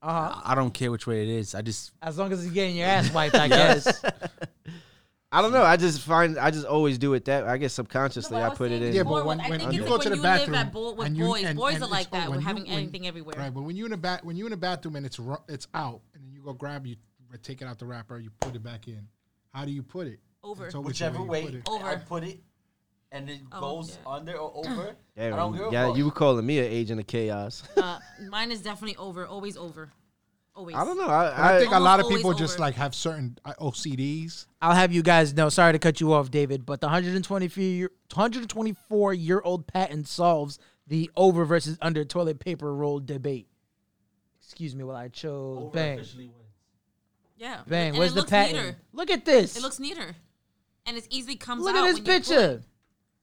B: Uh huh.
F: I don't care which way it is. I just
B: As long as you're getting your ass wiped, I guess.
A: I don't know. I just find I just always do it that. I guess subconsciously
C: But
A: I
C: was
A: put it
C: saying
A: in.
D: Yeah,
C: before
D: but
C: was-
D: when-
C: I
D: when
C: think
D: you
C: it's
D: go
C: like
D: to the
C: when you live
D: bathroom
C: at bo- with
D: and you-
C: boys,
D: and-
C: boys
D: and
C: are
D: it's
C: like that.
D: when
C: We're
D: you-
C: having
D: when-
C: anything everywhere.
D: Right, but when you in the back, when you in the bathroom and it's ru- it's out, and then you go grab you take it out the wrapper, you put it back in. How do you put it?
C: Over.
D: It's always
G: Whichever
D: the you put
G: way
D: it.
C: Over. Oh,
G: I put it, and it goes
C: yeah.
G: under or over. I
A: Yeah,
G: don't give a
A: yeah
G: fuck.
A: you were calling me an agent of chaos.
C: Uh, mine is definitely over. Always over. Always.
A: I don't know.
D: But I,
A: I, I,
D: think a lot of
C: almost
D: people
C: always
D: just
C: over.
D: like have certain uh, OCDs.
B: I'll have you guys know. Sorry to cut you off, David, but the 124 year, 124 year old patent solves the over versus under toilet paper roll debate. Excuse me while I chose bang,
C: Yeah.
B: bang.
C: And
B: Where's
C: it
B: the
C: looks
B: patent?
C: Neater.
B: Look at this.
C: It looks neater, and it easily comes
B: Look
C: out.
B: at this
C: when you pull it.
B: picture.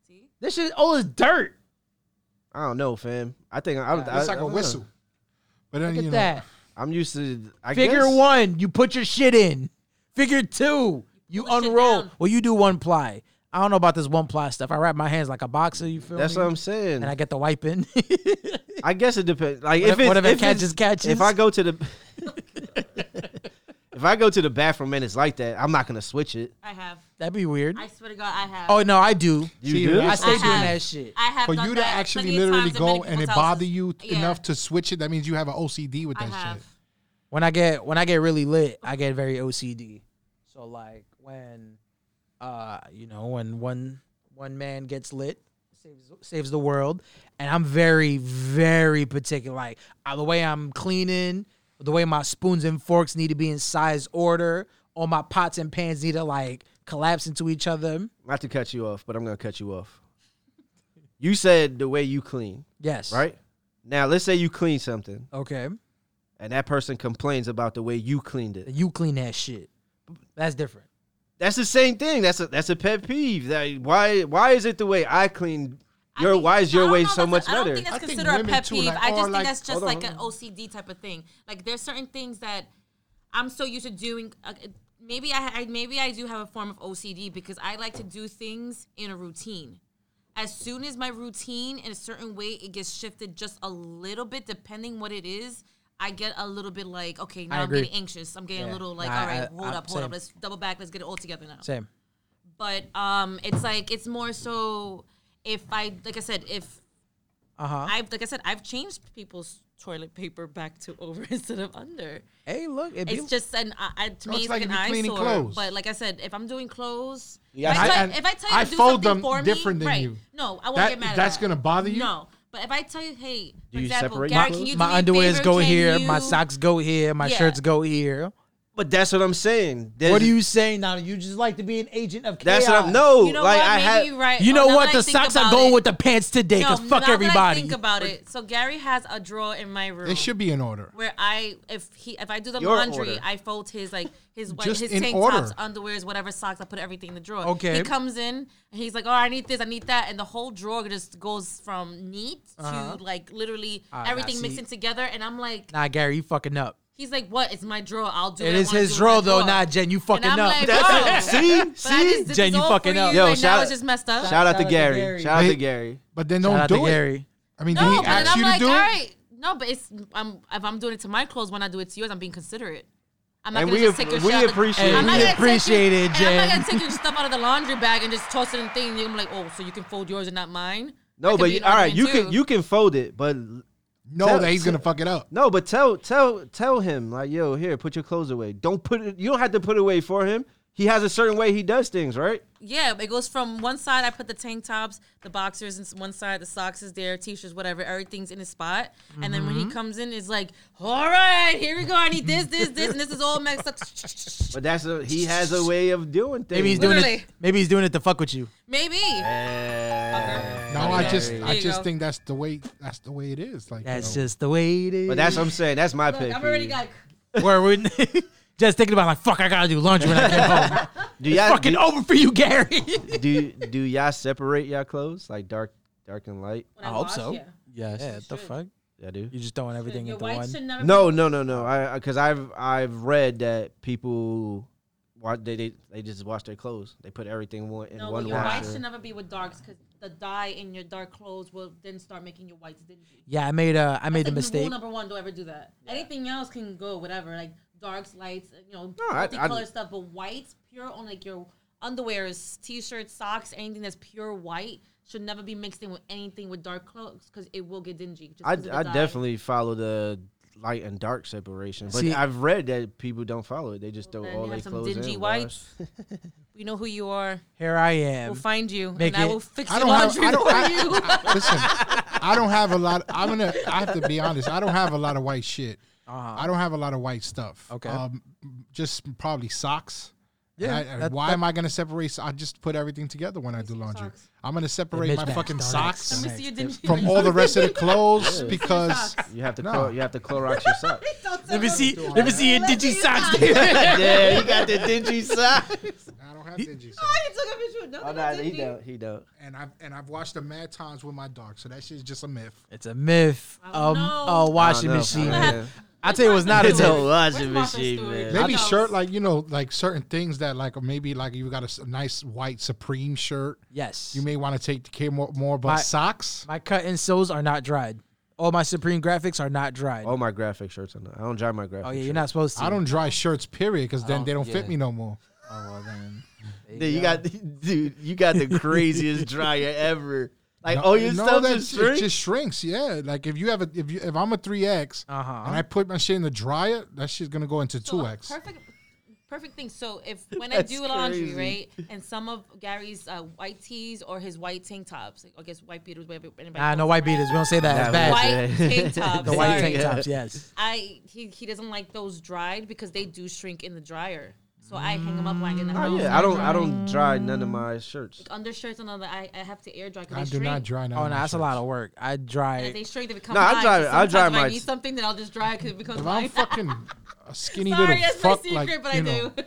C: See?
B: This shit all is dirt.
A: I don't know, fam. I think I, I, I,
D: It's like
A: I
D: a
A: don't know.
D: whistle. But then
B: Look
D: you
B: at
D: know,
B: that.
A: I'm used to. I
B: Figure
A: guess.
B: one, you put your shit in. Figure two, you
C: Pull the shit
B: unroll.
C: down.
B: Well, you do one ply. I don't know about this one ply stuff. I wrap my hands like a boxer. You feel
A: That's
B: me?
A: what I'm saying.
B: and I get the wipe in.
A: I guess it depends. Like
B: What
A: if
B: if-
A: it's,
B: what if it
A: if it's-
B: catches- catches?
A: If I go to the if I go to the bathroom and it's like that, I'm not gonna switch it.
C: I have.
B: That'd be weird.
C: I swear to God, I have.
B: Oh no, I do.
A: You
D: See,
A: do?
B: I
D: that's
B: stay doing
D: the thing.
B: that shit.
C: I have
D: For
C: done
D: you to
C: that
D: actually
C: plenty of
D: literally
C: times in many
D: go and it
C: people's
D: bother
C: houses.
D: you
C: Yeah,
D: enough to switch it, that means you have an OCD with
C: I
D: that
C: have.
D: shit.
B: When I get when I get really lit, I get very OCD. So like when, uh, you know, when one one man gets lit, saves saves the world, and I'm very very particular. Like uh, the way I'm cleaning, the way my spoons and forks need to be in size order, all my pots and pans need to like collapse into each other.
A: Not to cut you off, but I'm gonna cut you off. You said the way you clean,
B: Yes.
A: right? Now let's say you clean something
B: Okay.
A: and that person complains about the way you cleaned it.
B: You clean that shit. That's different.
A: That's the same thing. That's a that's a pet peeve. That why why is it the way I clean
C: I
A: your
C: think-
A: why is
C: I
A: your
C: don't
A: way
C: know,
A: so
C: that's-
A: much
C: I don't
A: better?
C: think that's
D: I think
C: considered a
D: women
C: pet
D: too,
C: peeve. I
D: like, or
C: just think
D: like-
C: that's just
A: Hold on,
C: like
A: hold
C: an OCD type of thing. Like there's certain things that I'm so used to doing. Uh, maybe I, I maybe I do have a form of OCD because I like to do things in a routine. As soon as my routine in a certain way it gets shifted just a little bit, depending what it is, I get a little bit like, okay, now I'm
B: agree.
C: getting anxious. I'm getting
B: Yeah.
C: a little like,
B: Nah, I-
C: all right,
B: I-
C: hold
B: I'm
C: up, hold
B: same.
C: up, let's double back, let's get it all together now
B: Same.
C: but um it's like it's more so if i like i said if
B: Uh huh.
C: i've like i said i've changed people's toilet paper back to over instead of under
B: Hey, look, it be
C: it's just an I, I, to
D: No,
C: me
D: it's
C: it's
D: like
C: like,
D: if
C: an
D: you're cleaning
C: eyesore
D: clothes.
C: but like i said if i'm doing clothes
A: Yeah,
C: if, I
A: I-
C: tell,
D: and
C: if i tell you
D: I
C: to do
D: fold
C: something
D: them
C: for
D: different
C: me,
D: than
C: right.
D: you.
C: no i won't
D: That-
C: get mad at
D: that's
C: that.
D: gonna bother you?
C: no but if i tell you hey for
A: you
C: example
A: separate
C: Gary,
A: your
C: can you do
B: my
C: me a
B: underwears
C: favor?
B: go
C: Can
B: here,
C: you-
B: my socks go here, my
C: Yeah.
B: shirts go here.
A: but that's what I'm saying.
B: What
A: There's-
B: are you saying now? You just like to be an agent of chaos.
A: That's what I'm no.
C: you know
A: like
C: what?
A: I
C: Maybe
A: had
C: you're right.
B: You
C: Oh,
B: know
C: now
B: what?
C: that I
B: The
C: think
B: socks are
C: about
B: going
C: it-
B: with the pants today,
C: no,
B: cause
C: now
B: fuck
C: that I
B: everybody.
C: think about it. So Gary has a drawer in my room.
D: It should be in order.
C: where I if he if I do the
A: Your
C: laundry,
A: order.
C: I fold his like his white
D: Just
C: his
D: in
C: tank
D: order.
C: tops, underwears, whatever socks. I put everything in the drawer.
B: Okay.
C: He comes in and he's like, "Oh, I need this, I need that," and the whole drawer just goes from neat to like literally
B: nah,
C: everything
B: Uh-huh.
C: mixing
B: Ah, see.
C: together. And I'm like,
B: Nah, Gary, you fucking up.
C: he's like, "What? It's my drawer. I'll do
B: It
C: what I
B: is
C: wanna
B: his
C: do with
B: drawer
C: my
B: though. Nah, Jen, you fucking
C: And I'm
B: up.
C: like,
A: That's
C: whoa.
A: it. See,
C: But I
A: see.
C: just did
B: Jen,
C: this
B: you
C: all
B: fucking
C: for
B: up.
C: You,
A: Yo,
C: and
A: shout
C: now
A: out-
C: it's just messed up.
A: Shout out to
B: Shout out to Gary.
A: Gary. Shout out to
D: Hey.
A: Gary.
D: But then
B: Shout
D: don't
B: out to
D: do it.
B: Gary.
D: I mean,
C: no,
D: did he
C: but then
D: ask
C: I'm
D: you to
C: like,
D: do
C: all
D: it?
C: right. No, but it's I'm if I'm doing it to my clothes when I do it to yours, I'm being considerate. I'm not
A: And
C: gonna
A: we
C: just take your
A: we
C: shit out of the-
A: appreciate
B: Hey,
A: it.
C: I'm not
B: We
C: gonna take
B: appreciate
C: your-
B: it,
C: And I'm not
B: Jen.
C: gonna take your stuff out of the laundry bag and just toss it in the thing. And you're gonna be like, oh, so you can fold yours and not mine. That
A: No,
C: could
A: but
C: be
A: you-
C: an
A: all right, you
C: argument
A: can
C: too.
A: you can fold it, but
D: No,
A: Tell-
D: that he's gonna fuck it up.
A: no, but tell tell tell him like, yo, here, put your clothes away. Don't put it. You don't have to put it away for him. He has a certain way he does things, right?
C: Yeah, it goes from one side. I put the tank tops, the boxers, and one side the socks is there, t-shirts, whatever. Everything's in its spot. And then when he comes in, it's like, all right, here we go. I need this, this, this, and this is all mixed up.
A: But that's a he has a way of doing things.
B: Maybe he's doing it.
C: Literally.
B: Maybe he's doing it to fuck with you.
C: Maybe.
D: No, I just,
C: There
D: I
C: you
D: just
C: go.
D: think that's the way, that's the way it is. Like, you
B: That's
D: know.
B: just the way it is.
A: But that's what I'm saying. That's my
C: Look,
A: pick.
C: I'm already like,
B: Where we just thinking about like fuck. I gotta do laundry when I get home.
A: Do y'all
E: fucking
A: do,
E: over for you, Gary.
A: do do y'all separate y'all clothes like dark dark and light?
C: When
B: I hope
C: wash,
B: so.
C: Yeah.
F: Yes.
B: Yeah, the fuck?
A: Yeah, I do.
B: You just throwing everything
C: Your
B: into
C: white
B: one.
C: should never
A: No, no, no, no. I because I've I've read that people watch they they, they just wash their clothes. They put everything in one, in
C: Be, no, but
A: one
C: your whites
A: washer.
C: should never be with darks because the dye in your dark clothes will then start making your whites dingy.
B: Yeah, I made a I made the
C: Like, Rule
B: mistake.
C: number one: don't ever do that. Anything else can go, whatever. Like darks, lights, you know,
A: No, I- I-
C: multicolored stuff. But whites, pure on like your underwears, t-shirts, socks, anything that's pure white should never be mixed in with anything with dark clothes because it will get dingy. just
A: I
C: 'cause of the
A: I
C: dye.
A: definitely follow the light and dark separation, but
B: See-
A: I've read that people don't follow it. They just throw
C: Then
A: all
C: you
A: their
C: have some
A: clothes
C: dingy
A: in. wash.
C: whites. we know who you are.
B: Here I am.
C: We'll find you,
B: make
C: and I
B: it-
C: will fix
D: I
C: your
D: don't have.
C: laundry
D: I don't.
C: for you.
D: I, listen, I don't have a lot. I'm gonna. I have to be honest. I don't have a lot of white shit. I don't have a lot of white stuff.
B: Uh-huh. Okay.
D: Um, just probably socks.
B: Yeah,
D: I- I-
B: that-
D: why
B: that-
D: am I gonna separate? so- I just put everything together when I do laundry.
C: socks.
D: I'm gonna separate my
B: mismatch,
D: fucking
B: darn it.
D: socks
C: Let me see your dingy.
D: from all the rest of the clothes because
A: You have to
D: No.
A: chlor- you have to Clorox your socks.
B: Let me see. Let me see your dingy socks, dude.
A: yeah, you got the dingy socks.
D: I don't have dingy socks.
C: I took a picture. No,
A: Oh,
C: they're
A: no,
C: not
A: he
C: dingy.
A: don't. He don't.
D: And I've and I've washed them mad times with my dog, so that shit's just a myth.
B: It's a myth.
C: I don't
B: Um,
C: know.
B: a washing
A: I don't know.
B: machine.
A: Yeah.
B: I tell you, it's not a
A: It's a
B: myth.
A: washing
C: Where's Martha
A: machine, man.
C: Stewart?
D: Maybe
C: I-
D: shirt like you know like certain things that like maybe like you got a s- nice white Supreme shirt.
B: Yes.
D: You may want to take the care more, more about
B: My-
D: socks.
B: my cut and sews are not dried. All my Supreme graphics are not dried.
A: All my graphic shirts on. I don't dry my graphic.
B: Oh yeah,
A: shirts.
B: you're not supposed to.
D: Oh, I don't dry shirts, period, because then they don't fit
F: yeah.
D: me no more.
B: Oh well then.
A: Dude, you got dude, you got the craziest dryer ever. Like
B: Oh,
A: all your
D: no,
A: stuff
D: that
A: just
D: shit
A: shrink.
D: just shrinks. Yeah, like if you have a if you if I'm a three X
B: Uh-huh.
D: and I put my shit in the dryer, that shit's gonna go into
C: So,
D: two X.
C: Perfect, perfect thing. So if when I
A: That's
C: do laundry,
A: crazy.
C: right, and some of Gary's uh, white tees or his white tank tops, like, I guess white beaters, whatever. Anybody
B: Nah, no
C: calls
B: white beaters. We don't say that. It's
A: Nah,
B: bad.
C: them.
A: white-
C: White tank tops.
B: the white
C: sorry.
B: tank tops. Yes.
C: I he, he doesn't like those dried because they do shrink in the dryer. So I hang them up when I get in the
A: Oh
C: house.
A: yeah, I don't I don't dry none of my shirts.
C: Undershirts and all that, I, I have to air dry
D: I
C: because
D: do
C: they
D: not
C: shrink.
D: dry now.
B: Oh no, that's a lot of work. I
C: And if
B: dry.
C: they shrink, they become
A: Nah, I
C: mine.
A: dry-
C: So
A: I dry
C: sometimes if
A: my-
C: I need something, then I'll just dry because it becomes
D: If
C: mine.
D: I'm fucking a skinny
C: Sorry,
D: little
C: that's my
D: fuck,
C: secret,
D: like
C: but I
D: you know,
C: do.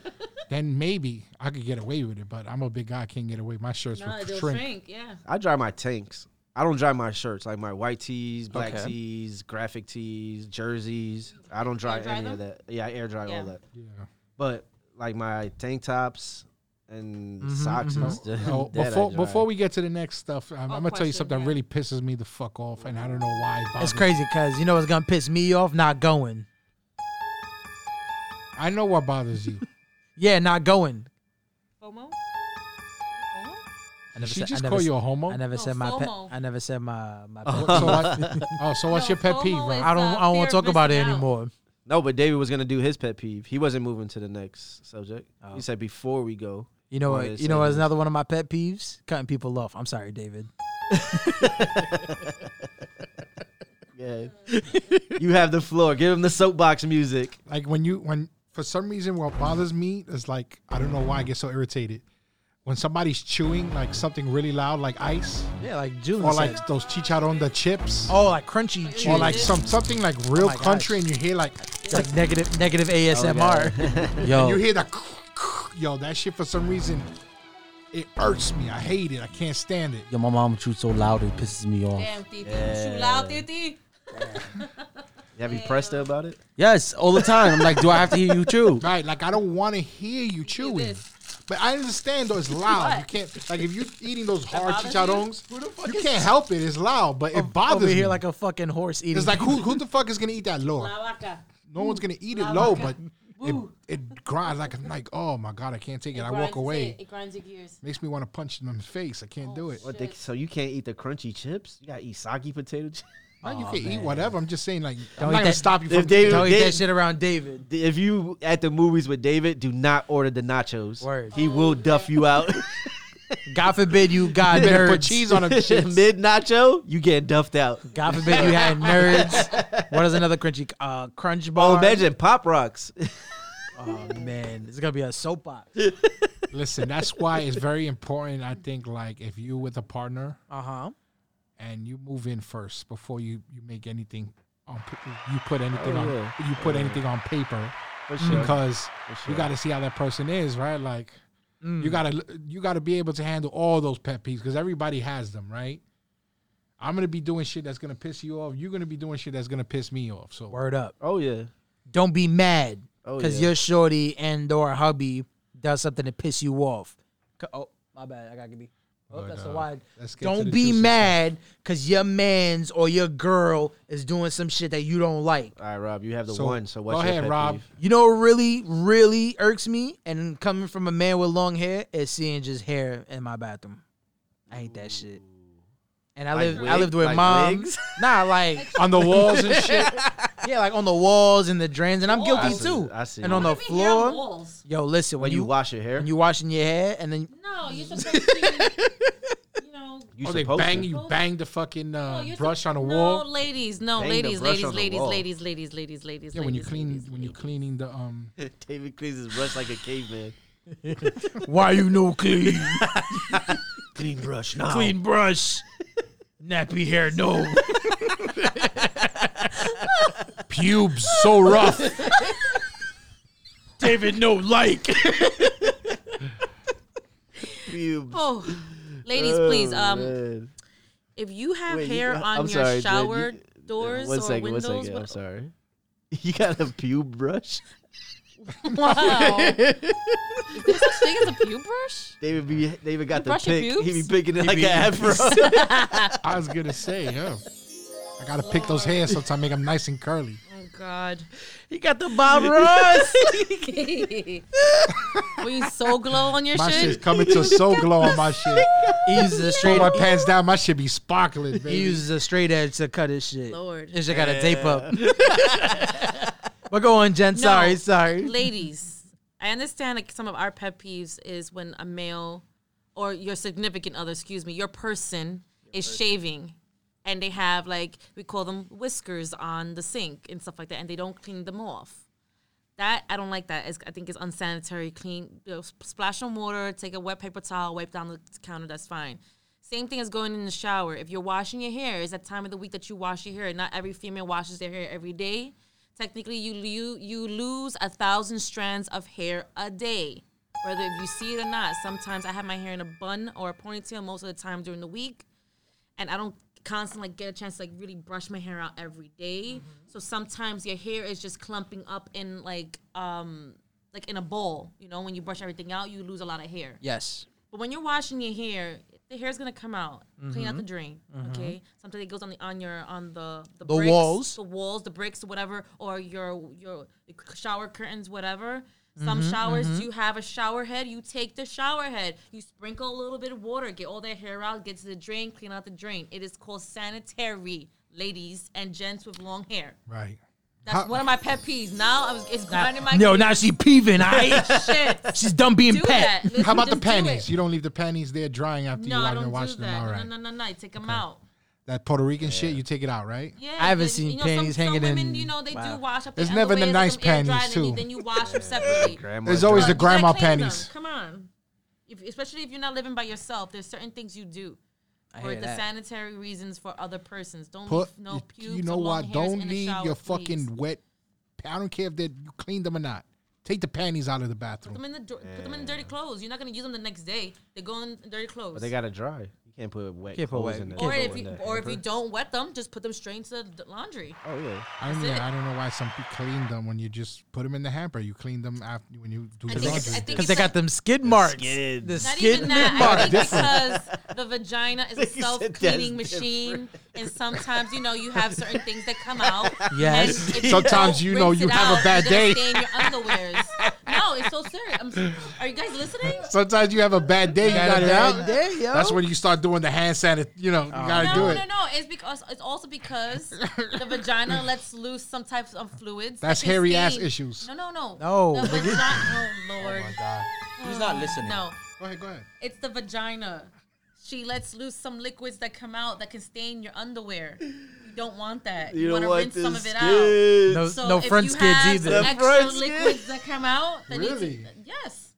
D: then maybe I could get away with it. But I'm a big guy, I can't get away. My shirts
C: no,
D: will
C: they'll
D: shrink.
C: shrink. Yeah.
A: I dry my tanks. I don't dry my shirts, like my white tees, black
F: Okay.
A: tees, graphic tees, jerseys. I don't dry,
C: Air dry
A: any of
C: them?
A: that. Yeah, I air dry
C: Yeah.
A: all that.
D: Yeah.
A: But like my tank tops and socks and stuff.
D: Oh,
A: that I
D: before
A: dry.
D: before we get to the next stuff, I'm, I'm gonna tell you
C: question,
D: something that
C: yeah.
D: really pisses me the fuck off, and I don't know why. it
B: It's
D: bothers-
B: crazy because you know what's gonna piss me off? Not going.
D: I know what bothers you.
B: Yeah, not going.
C: FOMO?
B: I never
D: She
B: said- I
D: just
B: never
D: call
B: said-
D: you a homo?
B: I never
C: No,
B: said my pet.
C: FOMO.
B: I never said my my. Pet.
D: What- so what, oh, so what's
C: No,
D: your pet peeve,
C: FOMO
D: right?
C: is-
B: I don't.
C: uh,
B: I don't
C: fear
B: want
C: of
B: to talk about it
C: missing out.
B: anymore.
A: no, but David was gonna do his pet peeve. He wasn't moving to the next subject. He said before we go.
B: You know
A: Wanted
B: what?
A: to
B: You
A: say
B: know what's
A: this.
B: another one of my pet peeves? Cutting people off. I'm sorry, David.
A: Yeah. you have the floor. Give him the soapbox music.
D: Like when you when for some reason what bothers me is like I don't know why I get so irritated when somebody's chewing like something really loud, like ice,
B: Yeah, like Julie
D: or
B: said.
D: like those chicharronda chips,
B: oh, like crunchy chew.
D: or like some something like real
B: my God.
D: country, and you hear like
B: It's like negative negative
D: Oh,
B: ASMR. Yo,
D: you hear the yo that shit for some reason it irks me. I hate it. I can't stand it.
F: Yo, my mom chews so loud it pisses me off.
C: Damn, Titi. Shoot loud, Titi.
A: Have you pressed her about it?
F: Yes, all the time. I'm like, do I have to hear you chew?
D: Right, like I don't want to hear you chewing.
C: this.
D: But I understand though, it's loud. You can't like if you're eating those hard
C: bothers you?
D: chicharrones, you can't help it. It's loud, but it bothers
B: Oh, over
D: me.
B: here like a fucking horse eating.
D: it's like who who the fuck is gonna eat that low?
C: La vaca.
D: No one's gonna eat it low, but
C: vaca.
D: it,
C: Woo.
D: it grinds like I'm like, oh my god, I can't take it. I
C: grinds
D: walk
C: your
D: away.
C: teeth. It Oh, grinds your gears.
D: Makes me want to punch them in the face. I can't do it.
A: What they, so you can't eat the crunchy chips? You gotta eat soggy potato chips.
D: No, you can eat whatever. I'm just saying, like,
B: Don't
D: I'm
B: eat
D: not gonna
B: that-
D: stop you
A: If
D: from.
A: they-
D: Don't-
B: don't eat
A: They-
B: that shit around David.
A: If you at the movies with David, do not order the nachos.
B: Word.
A: He will duff you out.
B: God forbid you got
D: You better put
B: nerds.
D: cheese on them. shits.
A: Mid nacho, you get duffed out.
B: God forbid you had nerds. What is another crunchy uh, crunch bar?
A: Oh, imagine Pop Rocks.
B: Oh man, it's gonna be a soapbox.
D: Listen, that's why it's very important. I think, like, if you with a partner,
B: Uh huh.
D: and you move in first before you you make anything on p- you put anything on you put anything on paper
A: Oh, For sure.
D: because
A: For
D: you
A: sure. Mm.
D: got to see how that person is right like You gotta you gotta be able to handle all those pet peeves because everybody has them, right? I'm gonna be doing shit that's gonna piss you off. You're gonna be doing shit that's gonna piss me off. So
B: Word up.
A: Oh yeah.
B: Don't be mad
A: Oh,
B: because
A: yeah.
B: your shorty and or hubby does something to piss you off. C- Oh, my bad. I gotta be. Oh,
D: But,
B: that's a
D: uh,
B: wide.
D: let's get to
B: Don't
D: the
B: be
D: juicy
B: mad because your man's or your girl is doing some shit that you don't like.
A: All right, Rob, you have the
D: So,
A: one. So what's
D: go
A: your
D: ahead,
A: pet
D: Rob.
A: peeve?
B: You know, what really, really irks me, and coming from a man with long hair, is seeing just hair in my bathroom. I hate that shit. And I
A: Like
B: lived, I
A: wig-
B: lived with
A: like
B: mom.
A: wigs?
B: Nah, like
D: on the walls and shit.
B: yeah, like on the walls and the drains, and I'm guilty
A: Oh, I see-
B: too.
A: I see.
B: And on the
C: Maybe hair
B: floor,
C: on walls.
B: yo, listen, when,
A: When you
B: you
A: wash your hair,
B: when you washing your hair, and then
C: No, you're supposed to. You know.
A: you
D: Oh, they
A: supposed
D: bang
A: to.
D: you bang the fucking uh,
C: no, you're
D: brush
C: sup-
D: on the
C: no,
D: wall.
C: ladies, no,
A: Hang the
C: ladies,
A: brush
C: ladies,
A: on the
C: ladies,
A: wall.
C: ladies, ladies, ladies, ladies.
D: Yeah, when you
C: ladies,
D: clean
C: ladies,
D: when you
C: ladies.
D: cleaning the um
A: David cleans his brush like a caveman.
B: why you no clean
A: Clean brush now.
B: clean brush, nappy hair no.
D: pubes so rough.
E: David, no like.
A: Pubes.
C: Oh, ladies, please.
A: Oh,
C: Um,
A: man.
C: if you have
A: Wait, you
C: hair
A: got-
C: on
A: I'm
C: your
A: sorry, Jen,
C: shower
A: you-
C: doors
A: one
C: or
A: second,
C: windows,
A: one second. I'm
C: what-
A: sorry. You got a pube brush?
C: wow, is there such thing as a pube brush?
A: David be David got the
C: brush your
A: pick. He be
C: pubes?
A: picking it like an afro.
D: I was gonna say, yeah. I gotta pick those hairs sometimes, make them nice and curly.
C: Oh God,
B: he got the Bob Ross.
C: were you so glow on your
D: My
C: shit?
D: shit's coming to so glow on my shit.
B: he uses a
D: Pull
B: straight.
D: my pants down, my shit be sparkling,
B: He
D: baby.
B: uses a straight edge to cut his shit.
C: Lord.
B: He just got a tape up. We're going, Jen. Sorry,
C: No.
B: sorry.
C: ladies, I understand like some of our pet peeves is when a male or your significant other, excuse me, your person is shaving and they have like we call them whiskers on the sink and stuff like that and they don't clean them off. That I don't like that. It's, I think it's unsanitary. Clean, you know, sp- splash some water, take a wet paper towel, wipe down the counter. That's fine. Same thing as going in the shower. If you're washing your hair, it's that time of the week that you wash your hair. Not every female washes their hair every day. Technically, you you, you lose a thousand strands of hair a day, whether you see it or not. Sometimes I have my hair in a bun or a ponytail most of the time during the week and I don't constantly get a chance to like really brush my hair out every day. So sometimes your hair is just clumping up in like um like in a bowl. You know, when you brush everything out, you lose a lot of hair.
B: Yes.
C: But when you're washing your hair, the hair's gonna come out. Clean
D: Mm-hmm.
C: out the drain. Okay. Sometimes it goes on the on your on the the, bricks,
B: walls.
C: the walls, the bricks, whatever, or your your shower curtains, whatever. Some
D: Mm-hmm,
C: showers you have a shower head. You take the shower head. You sprinkle a little bit of water. Get all that hair out. Get to the drain. Clean out the drain. It is called sanitary, ladies and gents with long hair.
D: Right.
C: That's
D: How-
C: one of my pet peeves. Now I was it's grinding my
B: No, now she peeving. I
C: shit.
B: she's done being
C: Do
B: pet.
C: that. Listen,
D: How about the
C: just do it.
D: panties? You don't leave the panties there drying after
C: No,
D: you
C: I
D: out there
C: don't do
D: washing them.
C: that.
D: All
C: No,
D: right.
C: no, no, no, no. Take them out.
D: That Puerto Rican shit, you take it out, right?
C: Yeah,
B: I haven't
C: but,
B: seen
C: you know,
B: panties
C: some,
B: hanging
C: some women,
B: in-
C: You know, they
B: Wow.
C: do wash up.
D: It's
C: their
D: never the
C: underwears,
D: nice
C: let them air dry,
D: panties,
C: then you-
D: too.
C: Then you wash them separately.
D: There's always the
C: But you gotta
D: grandma
C: clean them.
D: panties.
C: Come on, if, especially if you're not living by yourself, there's certain things you do for
B: hear
C: the
B: that.
C: sanitary reasons for other persons. Don't
D: Put
C: leave no pubes.
D: you know
C: or long
D: what?
C: hairs
D: Don't
C: in the
D: leave
C: shower,
D: your
C: please.
D: fucking wet. I don't care if that you cleaned them or not. Take the panties out of the
C: Put them
D: bathroom.
C: in the dir- put them in dirty clothes. You're not gonna use them the next day. They go in dirty clothes.
A: But they gotta dry. You can't put wet
B: Can't put
A: clothes
B: wet-
A: in there.
C: or
A: Can't
C: if
A: put
C: you
A: wet
C: or if you
A: paper.
C: don't wet them, just put them straight into the laundry.
A: Oh yeah.
D: I don't, know,
C: it.
D: I don't know why some people clean them when you just put them in the hamper. You clean them after when you do
C: I
D: the
C: think
D: laundry.
C: it's- I think
B: Because they got them skid marks.
A: skid.
B: The
C: Not
B: skid
C: even that. I
B: marks.
C: think because the vagina is a
A: You said
C: self-cleaning
A: that's
C: machine, and sometimes you know you have certain things that come out.
B: Yes.
C: and if
D: Sometimes
C: don't
D: you know
C: rinse
D: you
C: it
D: have a
C: out,
D: bad
C: you're gonna
D: day.
C: Stay in your underwears. No, it's so serious. I'm, s- are you guys listening?
D: Sometimes you have a bad day. You
B: Got a
D: got it
B: bad
D: out.
B: day, yo.
D: That's when you start doing the hand sanit. You know, you gotta
C: No,
D: do
C: no,
D: it.
C: no, It's because it's also because the vagina lets loose some types of fluids. that
D: That's
C: can
D: hairy ass
C: stain.
D: issues.
C: No, no, no.
B: No,
C: the
B: nigga.
C: vagina. Oh Lord,
G: He's not listening.
C: no.
D: Go ahead, go ahead.
C: It's the vagina. She lets loose some liquids that come out that can stain your underwear. You don't want that. You, want to rinse some of it out.
B: No,
C: So
B: no
C: if
B: front
C: you
B: skids
C: have
B: either.
C: Some
A: The
C: extra
A: front skid?
C: liquids that come out. That
D: Really?
C: Needs to, yes.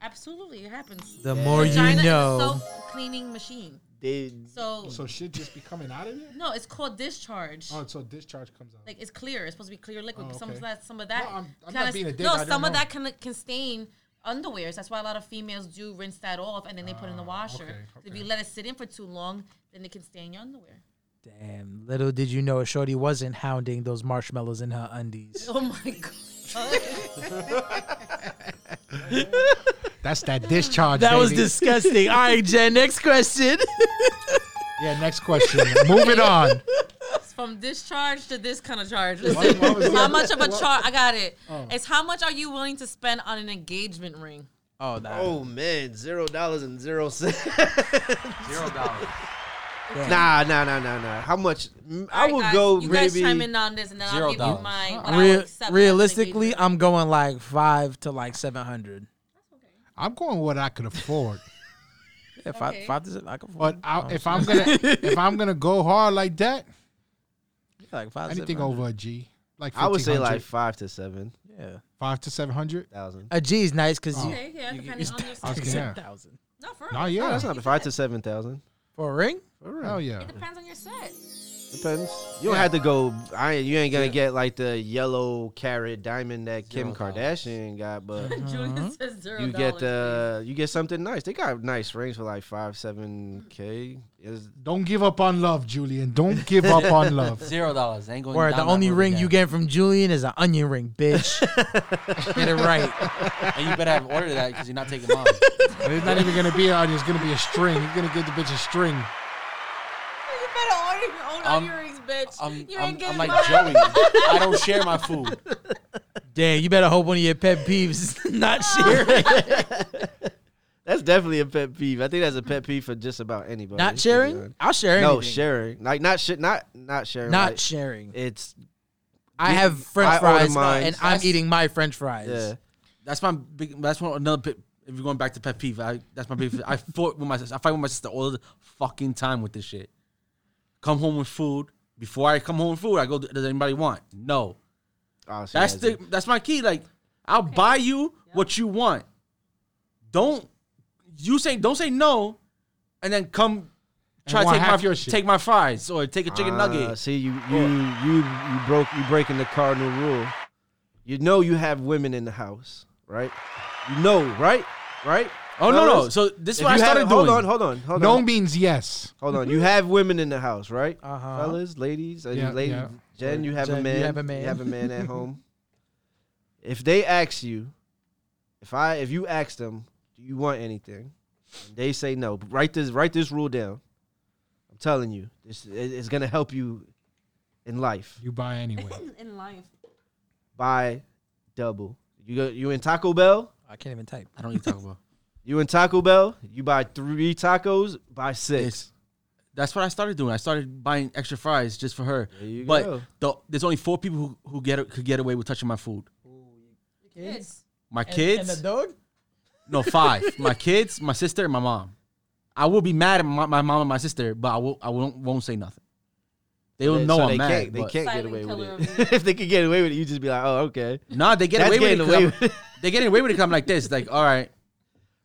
C: Absolutely, it happens.
B: The more you
C: vagina is a
B: know.
C: self-cleaning machine.
A: They,
C: So,
D: So shit just be coming out of it.
C: no, it's called discharge.
D: Oh, so discharge comes out.
C: like it's clear. It's supposed to be clear liquid.
D: Oh,
C: but Some of
D: okay.
C: that, some of that,
D: No, I'm- I'm not
C: kinda-
D: being a dick,
C: no,
D: I don't
C: some of
D: know.
C: that can can stain underwears. That's why a lot of females do rinse that off and then they put it in the washer.
D: Ah, okay,
C: If
D: okay.
C: you let it sit in for too long, then it can stay in your underwear.
B: Damn, little did you know Shorty wasn't hounding those marshmallows in her undies.
C: Oh my god.
D: That's that discharge.
B: That was
D: baby.
B: disgusting. All right, Jen, next question.
D: Yeah, next question. Moving on.
C: From this charge to this kind of charge. Listen, how much of a charge? I got it.
D: Oh.
C: It's how much are you willing to spend on an engagement ring?
B: Oh, that.
A: Oh man, zero dollars and zero cents.
G: Zero dollars.
A: nah, nah, nah, nah, nah. How much? Mm, I
C: All right,
A: will
C: guys,
A: go
C: You guys
A: maybe.
C: chime in on this, and then I'll give you
G: dollars.
C: mine. what I would
B: Real,
C: accept as an
B: realistically,
C: engagement
B: I'm going like five to like seven hundred.
D: I'm going what I could afford.
B: If I
C: Okay.
B: five to seven, I can
D: But
B: afford
D: I, if I'm gonna if I'm gonna go hard like that,
B: like five. to
D: anything
B: 700.
D: over a G, like
A: I would say like
D: 1500,
A: five to seven
B: Yeah,
D: five to seven hundred.
A: thousand.
B: a G is nice because
C: ring.
B: you.
C: Okay, yeah, depending on your
D: I was
C: size.
D: gonna- Yeah.
B: thousand
C: No, for real.
D: No, Oh, yeah,
A: No, that's not bad. five to seven thousand.
B: for a ring.
D: hell yeah.
C: It depends on your set.
A: Depends. You don't have to go. I you ain't gonna get like the yellow carrot diamond that Kim Kardashian got, but
C: Julian says zero
A: you get
C: dollars,
A: uh you get something nice. They got nice rings for like five seven k. Is
D: Don't give up on love, Julian. Don't give up on love.
G: Zero dollars. Ain't going.
B: Where
G: down
B: the
G: that
B: only
G: road
B: ring
G: again.
B: you get from Julian is an onion ring, bitch. Get it right.
G: And you better have ordered that because you're not taking mine.
D: It's not even gonna be on. It's gonna be a string. You're gonna give the bitch a string.
C: please. You better order your own
G: I'm-
C: earrings, bitch.
G: I'm,
C: you
G: I'm,
C: ain't
G: I'm
C: getting
G: like
C: mine.
G: Joey. I don't share my food.
B: Damn, you better hope one of your pet peeves is not sharing.
A: that's definitely a pet peeve. I think that's a pet peeve for just about anybody. to
B: not
A: be honest.
B: sharing? I'll share anything.
A: No sharing. Like not shit. Not not sharing.
B: Not
A: like,
B: sharing.
A: It's
B: I have French
A: I order
B: fries uh,
A: mine.
B: and I'm eating my French fries.
A: yeah.
F: That's my big. That's one another. Pet, if you're going back to pet peeve, I, that's my big. I fought with my. I fight with my sister all the fucking time with this shit. Come home with food. Before I come home with food, I go. Does anybody want? No.
A: Oh, she
F: That's
A: has
F: the.
A: it.
F: That's my key. Like, I'll buy you what you want. Don't. You say don't say no, and then come. Try to
D: want
F: take my
D: half your shit.
F: take my fries or take a chicken
A: Ah,
F: nugget.
A: See you you you you broke you breaking the cardinal rule. You know you have women in the house, right? You know, right? Right?
F: Oh no no!
A: Fellas?
F: So this is
A: If
F: what I
A: you have-
F: started doing.
A: Hold on, hold on, hold
D: No
A: on.
D: means yes.
A: Hold on. You have women in the house, right?
B: Uh-huh.
A: Fellas, ladies, and
D: Yeah,
A: lady,
D: yeah.
A: Jen, you have
B: Jen,
A: a
B: you
A: man.
B: have a man.
A: You have a man at home. If they ask you, if I if you ask them, do you want anything? And they say no. But write this write this rule down. I'm telling you, this it- it's gonna help you in life.
D: You buy anyway.
C: in life.
A: Buy double. You go, you in Taco Bell?
B: I can't even type.
F: I don't need to talk about.
A: You in Taco Bell? You buy three tacos, buy six.
F: It's- That's what I started doing. I started buying extra fries just for her.
A: There you
F: but
A: go.
F: The, there's only four people who, who get could get away with touching my food.
C: Kids.
F: My kids,
B: And the dog?
F: no five. my kids, my sister, and my mom. I will be mad at my, my mom and my sister, but I will I won't won't say nothing. They will
A: They-
F: know
A: so
F: I'm
A: they
F: mad.
A: Can't, they
F: but-
A: can't get
C: Silent
A: away
C: killer
A: with
C: of you.
A: it. if they could get away with it, you just be like, oh, okay.
F: Nah, they get
A: That's
F: away with it.
A: getting
F: 'cause
A: away
F: I'm-
A: with it.
F: they get away with it. i I'm like this. Like all right,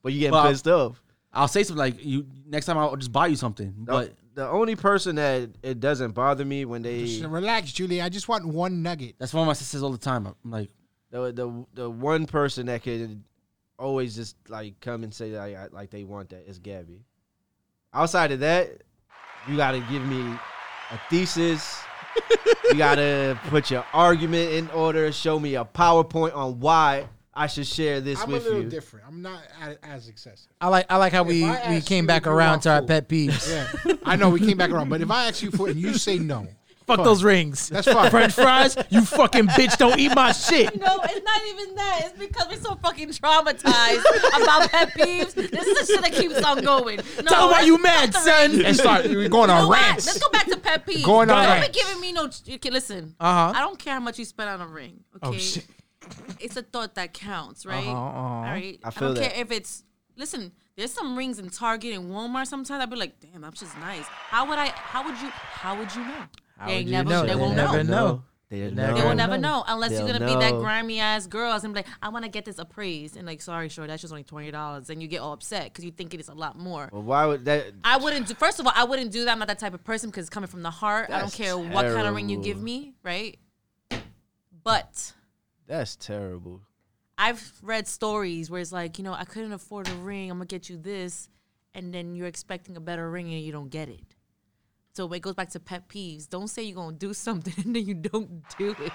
A: But you get
F: Well,
A: pissed off.
F: I'll say something like you next time. I'll just buy you something. But
A: The, the only person that it doesn't bother me when they
D: Just relax, Julian. I just want one nugget.
F: that's one of my sisters all the time. I'm like,
A: the the, the one person that could always just like come and say like I- like they want that is Gabby. Outside of that, you gotta give me a thesis. you gotta put your argument in order. Show me a PowerPoint on why I should share this
D: I'm a
A: with
D: little
A: you.
D: different. I'm not a- as excessive.
B: I like I like how we,
D: I
B: we
D: ask
B: came
D: you
B: back
D: if you
B: around
D: want
B: to our
D: food.
B: pet peeves.
D: Yeah, I know we came back around, but if I ask you for it and you say no,
B: Fuck those rings.
D: that's fine.
B: French fries, you fucking bitch, don't eat my shit.
C: No, it's not even that. It's because we're so fucking traumatized about pet peeves. This is the shit that keeps on going. No,
B: Tell them why
C: let's
B: you
C: stop
B: mad,
C: the
B: son.
D: And start we're going on
C: Go back.
D: rants.
C: Let's go back to pet peeves.
D: Going on
C: Don't be
D: rants.
C: giving me no. Okay, listen.
B: Uh-huh.
C: I don't care how much you spend on a ring. Okay.
B: Oh, shit.
C: It's a thought that counts, right?
B: Uh-huh, uh-huh.
C: All right.
A: I
C: I,
A: feel
C: don't
A: that.
C: care if it's. Listen, there's some rings in Target and Walmart. Sometimes I'd be like, "Damn, that's just nice." How would I? How would you? How would you know? they
B: would you
C: never.
B: know?
C: They,
B: They
C: won't
B: never
C: know.
B: know.
A: They,
B: They
C: They
B: They'll
C: will never
B: know.
C: know unless
A: They'll
C: you're gonna be that
A: know.
C: grimy ass girl. And be like, I want to get this appraised, and like, sorry, sure, that's just only twenty dollars, and you get all upset because you think it is a lot more.
A: But why would that?
C: I wouldn't do. First of all, I wouldn't do that. I'm not that type of person because coming from the heart, I don't
A: That's
C: care what kind of ring you give
A: terrible.
C: me, right? But
A: That's terrible.
C: I've read stories where it's like, you know, I couldn't afford a ring. I'm gonna get you this, and then you're expecting a better ring and you don't get it. So it goes back to pet peeves. Don't say you're gonna do something and then you don't do it.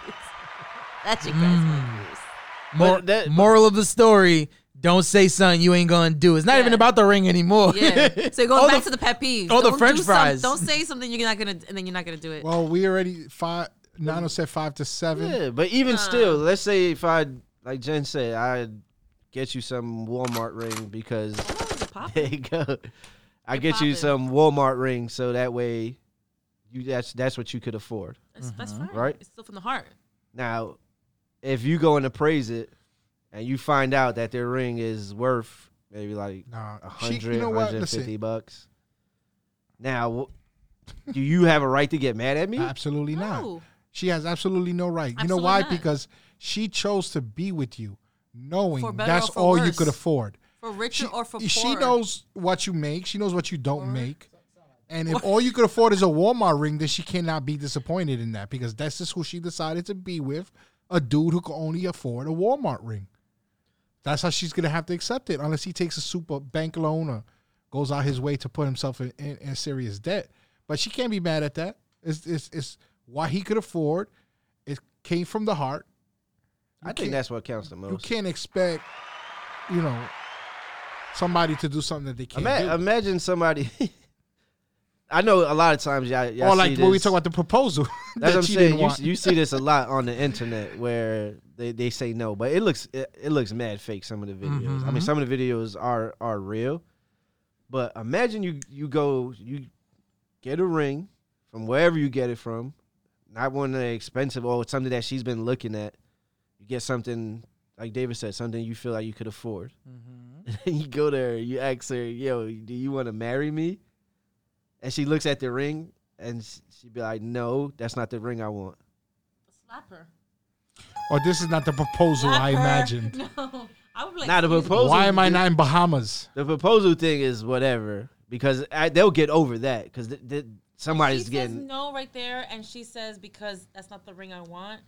C: That's your guys' pet peeves.
B: Mor-
A: that-
B: moral of the story: Don't say something you ain't gonna do. It's not even
C: Yeah.
B: about the ring anymore.
C: Yeah. So it goes
B: All
C: back
B: the-
C: to the pet peeves.
B: all the
C: Don't do
B: french
C: some-
B: fries.
C: Don't say something you're not gonna, and then you're not gonna do it.
D: Well, we already five. Nano said five to seven.
A: Yeah, but even still, let's say if I, like Jen said, I get you some Walmart ring because
C: Oh, is it pop?
A: there you go. I get
C: poppin'.
A: you some Walmart ring so that way, you that's that's what you could afford.
C: That's, that's
B: Mm-hmm.
C: fine.
A: Right.
C: It's still from the heart.
A: Now, if you go and appraise it, and you find out that their ring is worth maybe like
D: Nah,
A: a
D: she-
A: hundred,
D: you know what?
A: 150
D: Listen,
A: bucks. Now, wh- do you have a right to get mad at me?
D: absolutely not.
C: No.
D: She has absolutely no right. you know
C: Absolutely
D: why?
C: not.
D: Because she chose to be with you,
C: For
D: knowing
C: better or
D: that's
C: for
D: all you
C: worse.
D: could afford.
C: For richer
D: She,
C: or for poorer.
D: she knows what you make. She knows what you don't make. And if all you could afford is a Walmart ring, then she cannot be disappointed in that because that's just who she decided to be with a dude who can only afford a Walmart ring. That's how she's going to have to accept it unless he takes a super bank loan or goes out his way to put himself in, in, in serious debt. But she can't be mad at that. It's, it's, it's what he could afford. It came from the heart. You
A: I
D: can't-
A: think that's what counts the
D: you
A: most.
D: can't expect, you know, somebody to do something that they can't
A: Ima-
D: do.
A: imagine somebody. I know a lot of times y'all, y'all
D: or like
A: see
D: when we
A: this.
D: talk about the proposal
A: That's
D: that
A: what I'm
D: she
A: saying.
D: didn't
A: You,
D: want.
A: you see this a lot on the internet where they, they say no, but it looks it, it looks mad fake. Some of the videos. I
D: Mm-hmm.
A: mean, some of the videos are are real, but imagine you you go you get a ring from wherever you get it from, not one of the expensive or something that she's been looking at. You get something like David said, something you feel like you could afford.
D: Mm-hmm.
A: And you go there, you ask her, "Yo, do you want to marry me?" And she looks at the ring and s- she'd be like, "No, that's not the ring I want."
C: Slap her.
D: or this is not the proposal I
C: Slap her.
D: imagined.
C: No. I would be like,
A: Now the
C: "Excuse me."
A: proposal.
D: Why am I not in Bahamas?
A: The proposal thing is whatever because I, they'll get over that because th- th- somebody's
C: she says
A: getting.
C: no right there, and she says because that's not the ring I want.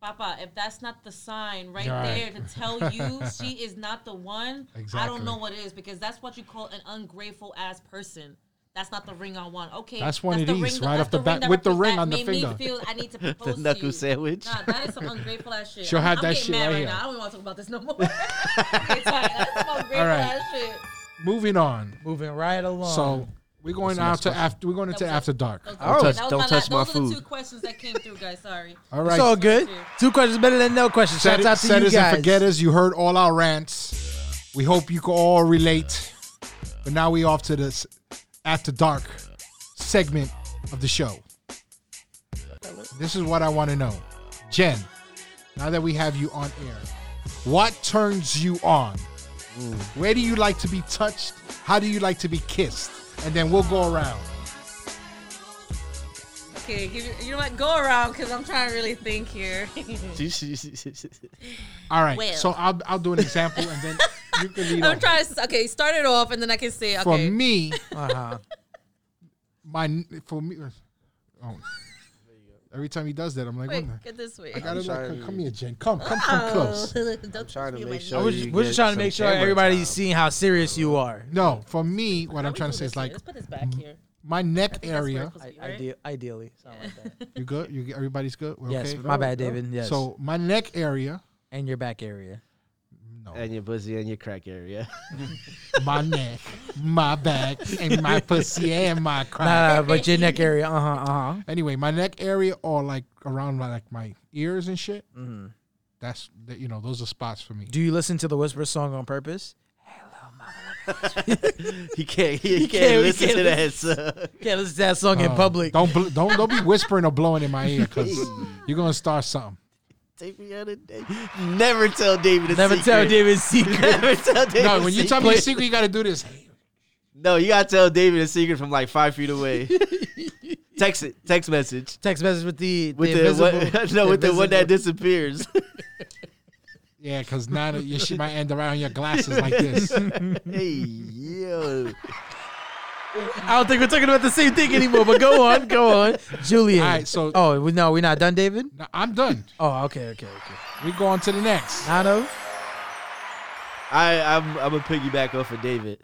C: Papa, if that's not the sign right
D: Right.
C: there to tell you she is not the one, I
D: Exactly.
C: don't know what it is because that's what you call an ungrateful ass person. That's not the ring I want. Okay,
D: That's one
C: the
D: of these,
C: ring-
D: right
C: that's
D: off the bat,
C: that
D: with the
C: repre-
D: ring
C: that
D: on the
C: made
D: finger.
C: Me feel I need to propose
A: The
C: to
A: knuckle
C: you.
A: sandwich.
C: Nah, that is some ungrateful ass shit.
D: She'll
C: I'm-
D: have
C: I'm
D: that
C: getting
D: shit
C: mad
D: right here.
C: now. I don't want to talk about this no more. I'm getting tired. That's some ungrateful
D: All right.
C: ass shit.
D: Moving on.
B: Moving right along.
D: So we're going out to after we're going into
C: was
D: after dark.
C: Those-
A: Don't touch-
C: that was
A: don't
C: my
A: touch
C: last-
A: my
C: those are the
A: food.
C: two questions that came through, guys. Sorry.
D: All
B: it's
D: right.
B: all good.
C: Thank you.
B: Two questions better than no questions.
D: Set
B: Shout out
D: it,
B: to
D: set
B: you
D: us and forget
B: guys.
D: us. You heard all our rants. We hope you can all relate. But now we off to this after dark segment of the show. This is what I want to know, Jen. Now that we have you on air, what turns you on? Where do you like to be touched? How do you like to be kissed? And then we'll go around.
C: Okay, give, you know what? Go around because I'm trying to really think here.
D: All right.
C: Well.
D: So I'll, I'll do an example, and then you can lead
C: I'm
D: on.
C: trying to okay. Start it off, and then I can say
D: For
C: okay.
D: me,
B: Uh-huh.
D: my for me. Oh. Every time he does that, I'm like,
C: Wait, Oh.
D: what the-
C: get this way.
D: I gotta
A: trying
D: like,
A: to-
D: come here, Jen. Come, come, come close.
C: I'm
A: trying to make sure
B: We're just,
A: you
B: we're just
A: get
B: trying to
A: some
B: make sure
A: camera
B: everybody's
A: time.
B: seeing how serious you are.
D: No, for me, what I'm trying to say is like
C: let's put this back here.
D: my neck area.
C: I,
B: ideally, something like that.
D: You good? You everybody's good? We're
B: yes,
D: okay?
B: my bad, David. Yes. So
D: So my neck area,
B: and your back area.
A: And your pussy and your crack area.
D: my neck, my back, and my pussy and my crack.
B: Uh, but your neck area. Uh huh. Uh huh.
D: Anyway, my neck area or like around my like my ears and shit.
B: Mm-hmm.
D: That's that you know those are spots for me.
B: Do you listen to the Whisper song on purpose?
A: he can't. He, can't,
B: can't- he
A: listen
B: can't
A: to that. son.
B: Yeah, listen to that song in
D: Uh,
B: public.
D: Don't bl- don't don't be whispering or blowing in my ear because you're gonna start something.
A: Take me out of day. Never tell David. A
B: Never
A: secret.
B: tell David's secret.
A: Never tell David.
D: No,
A: a
D: when you tell me a secret, you gotta do this.
A: No, you gotta tell David a secret from like five feet away. text it. Text message.
B: Text message with the
A: With
B: the
A: the, what,
B: invisible-
A: no, with the one that
B: invisible-
A: disappears.
D: Yeah, because now that your shit might end around your glasses like this.
A: hey yo.
B: I don't think we're talking about the same thing anymore. But go on, go on, Julian.
D: All right, so-
B: oh we- no, we're not done, David.
D: Now, I'm done.
B: Oh, okay, okay, okay.
D: We go on to the next.
B: Nano,
A: I, I'm I'm a piggyback off of David.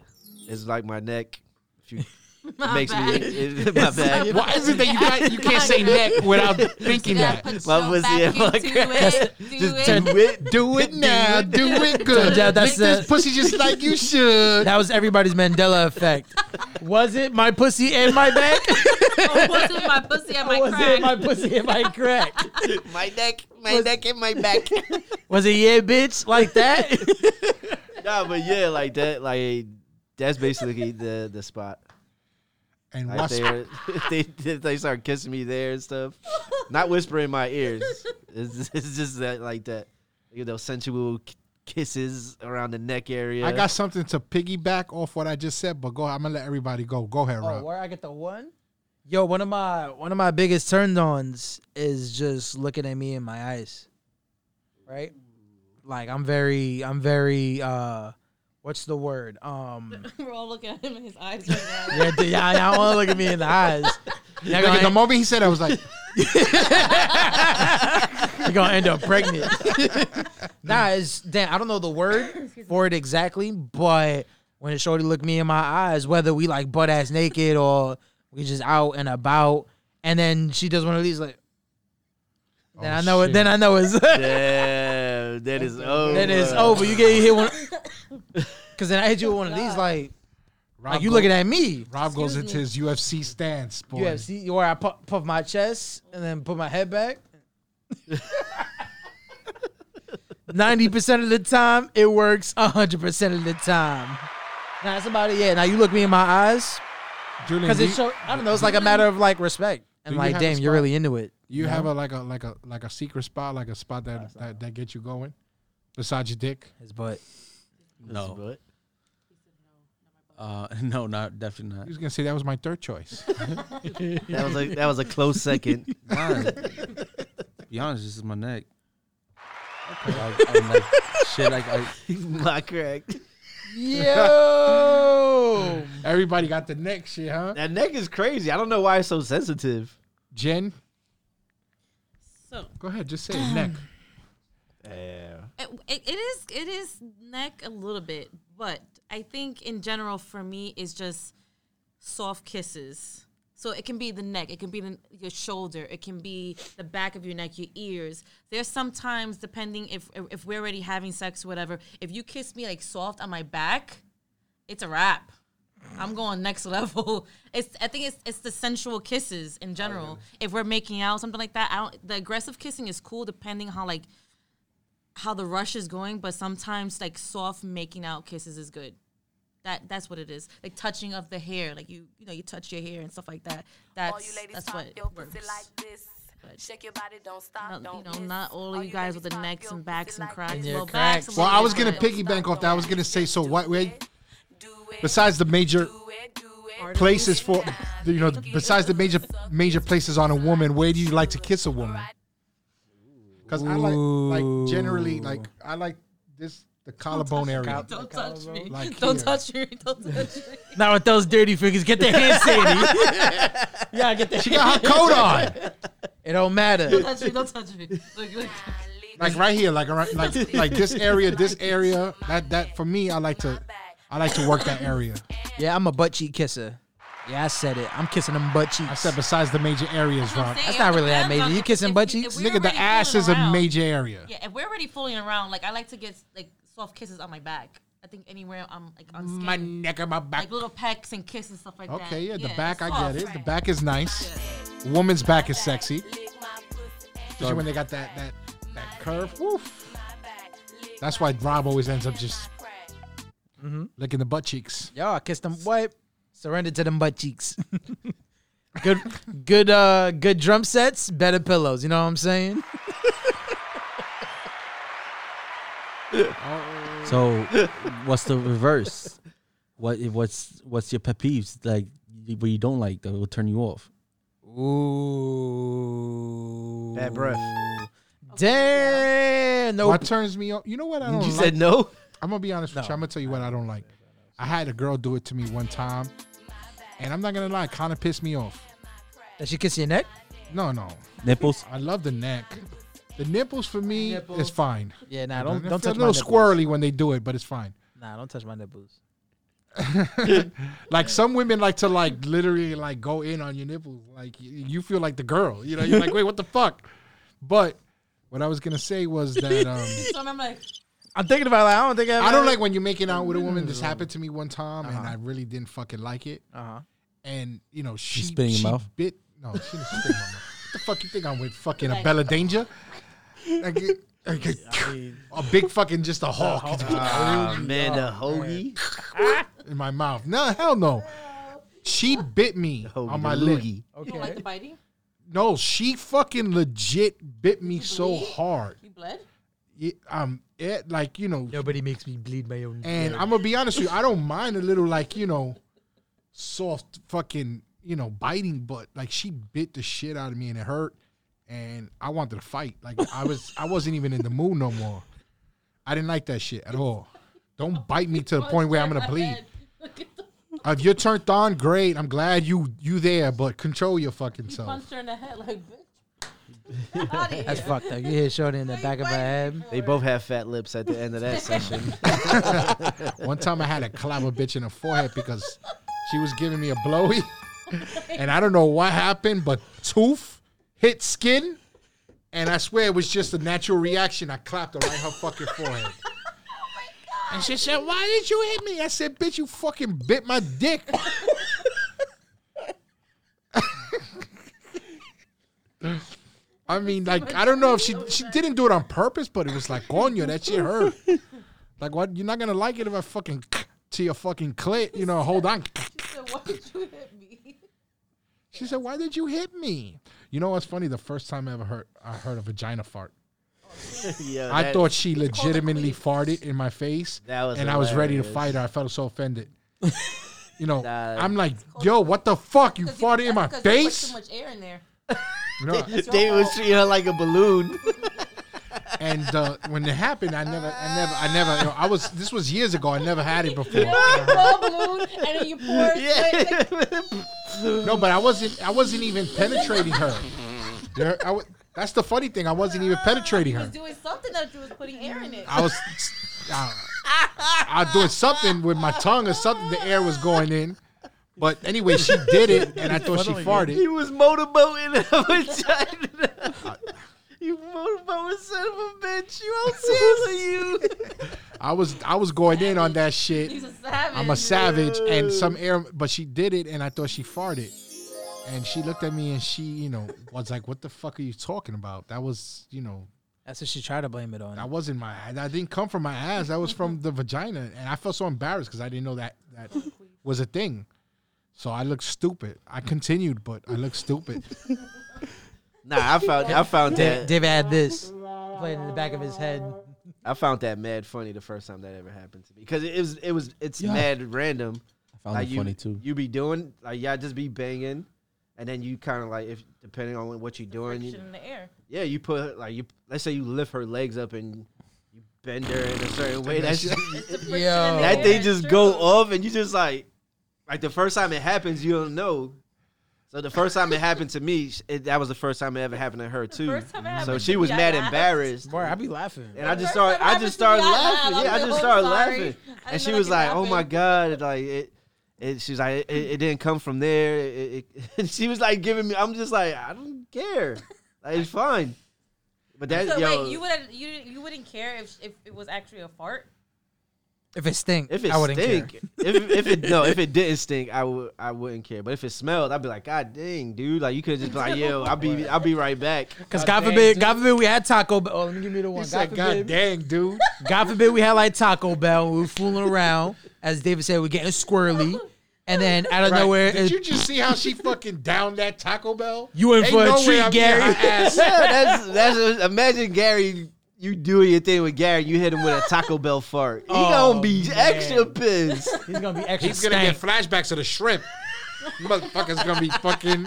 A: It's like my neck. If you it makes me it, my back.
D: Why is it that you got you can't say neck without thinking that?
A: My pussy and my
C: it. Do
A: Just do it.
D: Do it now, do it good.
B: Turns out that's
D: Lick this
B: the-
D: pussy just like you should.
B: That was everybody's Mandela effect. Was it my pussy and my back?
C: Oh, was it my pussy and my
B: was
C: crack?
B: it my pussy and my crack?
A: My neck, my neck and my back.
B: Was it yeah, bitch, like that?
A: nah, but yeah, like that, like that's basically the the spot.
D: And
A: Like
D: what's
A: they, if they if they start kissing me there and stuff, not whispering in my ears. It's, it's just that like that, you know, sensual k- kisses around the neck area.
D: I got something to piggyback off what I just said, but go. I'm gonna let everybody go. Go ahead,
B: Oh,
D: Rob.
B: where I get the one? Yo, one of my one of my biggest turn ons is just looking at me in my eyes. Right? Like I'm very I'm very uh what's the word? Um
C: We're all looking at him in his eyes right now.
B: yeah, d- y'all, y'all wanna look at me in the eyes. Y'all
D: Like,
B: gonna,
D: the moment he said, that, I was like,
B: you're gonna end up pregnant. nah, it's damn I don't know the word for it exactly, but when a shorty look me in my eyes, whether we like butt ass naked or we just out and about, and then she does one of these like Then
D: Oh,
B: I know
D: shit.
B: it. Then I know it's
A: Damn, that is over.
B: that is over. You get you hit one, because then I hit you with one of these. Like,
D: Rob
B: like you
D: go-
B: looking at me?
D: Rob goes
C: Excuse
D: into his UFC stance, boy.
B: UFC, where I puff, puff my chest and then put my head back. Ninety percent of the time, it works. hundred percent of the time. Now somebody, yeah. Now you look me in my eyes
D: Julian,
B: because
D: do
B: it
D: you,
B: show. I don't know. It's like a matter of like respect and
D: Do you
B: like,
D: have a
B: damn, you're
D: spot?
B: really into it.
D: you have a like a like a like a secret spot, like a spot that that, that gets you going, besides your dick.
B: His butt.
F: No,
A: But
F: uh, no, not definitely
D: He
F: not.
D: was gonna say that was my third choice.
A: that was a that was a close second.
F: Nah, to be honest, this is my neck. Like, I'm like, shit, like I,
A: my crack.
B: Yo.
D: Everybody got the neck shit, huh?
A: That neck is crazy. I don't know why it's so sensitive.
D: Jen,
C: So
D: go ahead, just say it. neck.
A: Yeah.
C: it, it, it is it is neck a little bit, but I think in general for me it's just soft kisses. So it can be the neck, it can be the, your shoulder, it can be the back of your neck, your ears. There's sometimes depending if if we're already having sex, whatever. If you kiss me like soft on my back, it's a wrap. I'm going next level. It's I think it's it's the sensual kisses in general. If we're making out something like that, I don't, the aggressive kissing is cool depending how like how the rush is going, but sometimes like soft making out kisses is good. That that's what it is. Like touching of the hair, like you you know you touch your hair and stuff like that. That's
H: All you ladies
C: that's
H: pop
C: what
H: your
C: works.
H: pussy like this. Shake your body, don't stop,
C: Not-
H: don't
C: you know,
H: miss.
C: not all you
H: you
C: guys with
H: ladies
C: the
H: pop
C: necks
H: your
C: and
H: pussy
C: backs and
H: like
C: cracks.
H: this.
B: Yeah,
C: Well,
B: cracks.
C: backs. and
D: Well, I
C: little
D: was gonna
C: bit.
D: piggyback off that. I was gonna say so. What? Wait.
H: Do it,
D: Besides the major
H: do it, do it.
D: places for you know besides the major major places on a woman where do you like to kiss a woman because i like like generally like i like this the collarbone area
C: Don't touch me.
D: Like
C: don't
D: here.
C: touch me. Don't touch me.
B: Now with those dirty fingers, get the hand sandy. yeah, get the.
D: she got her coat on
B: It don't matter.
C: Don't touch me. Don't touch me. Look, look.
D: like right here like around like like this area this area that that for me i like to i like to work that area
B: Yeah, I'm a butt cheek kisser. Yeah, I said it. I'm kissing them butt cheeks.
D: i said besides the major areas rob
C: That's
B: not really that major. You kissing butt cheeks?
D: nigga the ass is a major area
C: Yeah, if we're already fooling around, like I like to get like soft kisses on my back. I think anywhere I'm like on skin,
D: my neck and my back
C: like little pecks and kisses and stuff like that.
D: okay yeah the back i get
C: soft.
D: it the back is nice woman's back is sexy Especially when they got that that that curve. Woof. That's why Rob always ends up just licking the butt cheeks.
B: Yo, I kissed them. What? Surrender to them butt cheeks. good, good, uh, good drum sets, better pillows. You know what I'm saying?
F: So, what's the reverse? What what's what's your pet peeves like? What you don't like that will turn you off?
B: Ooh.
A: Bad breath.
B: Damn. No.
D: What turns me off? You know what I don't
A: You
D: like?
A: said no.
D: I'm gonna be honest with you. I'm gonna tell you what I don't like. I had a girl do it to me one time, and I'm not gonna lie, kind of pissed me off.
B: Did she kiss your neck?
D: No, no,
F: Nipples?
D: I love the neck. The nipples for me is
B: Nipples.
D: fine.
B: Yeah, nah, don't
D: It
B: don't
D: feel
B: touch
D: a
B: my
D: little
B: nipples.
D: squirrely when they do it, but it's fine.
B: Nah, don't touch my nipples.
D: Like some women like to like literally like go in on your nipples. Like y- you feel like the girl. You know, you're like, wait, what the fuck? But what I was gonna say was that um,
C: So I'm like,
B: I'm thinking about like I don't think I.
D: I don't like when you're making out with a woman. This happened to me one time, and I really didn't fucking like it.
B: Uh huh.
D: And you know, she
F: spit in your
D: she
F: mouth?
D: bit. No, she didn't spit in my mouth. What the fuck you think I'm with? Fucking a Bella Danger. Like, it- like it- a big fucking just a hawk
A: Ah,
D: uh,
A: man, the hoagie.
D: in my mouth. No, hell no. She bit me on my
A: the
D: lip.
A: loogie.
C: you don't like the biting?
D: No, she fucking legit bit me so
C: bleed?
D: hard.
C: You bled?
D: It, um, it like you know,
B: Nobody makes me bleed my own.
D: and I'm gonna be honest with you, I don't mind a little like you know, soft fucking you know biting, but like she bit the shit out of me and it hurt, and I wanted to fight. Like I was, I wasn't even in the mood no more. I didn't like that shit at all. Don't bite me to the point where I'm gonna bleed.
C: Look at the
D: If you're turned on, great. I'm glad you you there, but control your fucking self.
C: punch her in the head, like, bitch. Outta here.
B: That's fucked up. You hit Shorty in the back of her head.
A: They both have fat lips at the end of that session.
D: One time I had to clap a bitch in the forehead because she was giving me a blowy. And I don't know what happened, but tooth hit skin. And I swear it was just a natural reaction. I clapped her right in her fucking forehead. And she said, Why did you hit me? I said, Bitch, you fucking bit my dick. I mean, like, I don't know if she she didn't do it on purpose, but it was like on you. That shit hurt. Like, what? You're not gonna like it if I fucking to your fucking clit. You know, hold on.
C: So why did you hit me?
D: She said, "Why did you hit me?" You know what's funny? The first time I ever heard I heard a vagina fart.
A: Yo,
D: I
A: that-
D: thought she legitimately farted in my face,
A: That was
D: and I was ready to
A: hilarious.
D: fight her. I felt so offended. You know,
A: Nah.
D: I'm like, "Yo, what the fuck? You
C: 'Cause you-
D: farted in my
C: that's 'cause you put
D: face?"
C: Too much air in there.
D: You know,
A: they was treating her like a balloon.
D: and uh, when it happened, I never, I never, I never. you know, I was. This was years ago. I never had it before.
C: Blow balloon, and then you pour it.
A: Yeah.
C: Like,
D: No, but I wasn't. I wasn't even penetrating her. There- I wa- that's the funny thing. I wasn't even penetrating her.
C: was doing something that you was putting air in it.
D: I was. I, I was doing something with my tongue or something. The air was going in. But anyway, she did it, and I thought she farted.
A: He was motorboating her vagina. you motorboating son of a bitch. You old sailor, you.
D: I was I was going in on that shit.
C: He's a savage.
D: I'm a savage, and some air. But she did it, and I thought she farted. And she looked at me, and she, you know, was like, "What the fuck are you talking about? That was, you know,
B: That's what she tried to blame it on.
D: that wasn't my that didn't come from my ass that was from the vagina and i felt so embarrassed because i didn't know that that was a thing so i looked stupid i continued but i looked stupid
A: Nah, I found I found
B: Dave,
A: that
B: Dave had this playing in the back of his head.
A: I found that mad funny the first time that ever happened to me because it was it was it's mad random. I
F: found it
A: you,
F: funny, too.
A: You be doing like yeah, just be banging, and then you kind of like if depending on what you're doing, you,
C: Friction in the air.
A: yeah, you put like you let's say you lift her legs up and you bend her in a certain way. That shit,
C: Friction in the
B: Yo.
A: that
C: air,
A: thing
C: it's
A: just
C: true.
A: go off and you just like like the first time it happens you don't know so the first time it happened to me sh- it, that was the first time it ever happened to her too
C: first time it
A: so
C: happened
A: she
C: to
A: was
C: me, I
A: mad
C: laughed.
A: embarrassed
B: Boy, I be laughing.
A: and I just
C: First
A: started,
C: time
A: I
C: it happened
A: just
C: to
A: started
C: me, I laughed.
A: laughing.
C: I'm
A: Yeah, I
C: like,
A: just
C: "Oh,
A: started
C: sorry.
A: laughing,
C: I didn't
A: and she
C: know that
A: was
C: could
A: like, "Oh my
C: happen."
A: god!" Like it, it she was like, "It, it didn't come from there." It, it, it- and she was like giving me. I'm just like, I don't care. Like it's fine. But that
C: So
A: yo,
C: wait, you would you didn't- you wouldn't care if if it was actually a fart?
B: If it stink,
A: If it
B: I wouldn't
A: stink,
B: care.
A: if if it no, if it didn't stink, I would I wouldn't care. But if it smelled, I'd be like, God dang, dude! Like you could just be like, Yo, I'll be I'll be right back.
B: Cause God forbid, God forbid we had Taco Bell. Oh, let me give me the
D: he
B: one. God
D: said god
B: forbid,
D: dang dude
B: God forbid we had like Taco Bell. and We were fooling around, as David said, we're getting squirrely, and then out of
D: Right.
B: nowhere,
D: did
B: it-
D: you just see how she fucking downed that taco bell
B: You in
D: Ain't
B: for a
D: no way
B: treat,
D: I'm
B: Gary.
D: eating her ass.
A: Yeah, that's that's imagine Gary. You doing your thing with Gary, you hit him with a Taco Bell fart. He gonna be
B: man.
A: extra pissed.
B: he's gonna be extra
D: he's gonna get
B: stank.
D: flashbacks of the shrimp motherfucker's gonna be fucking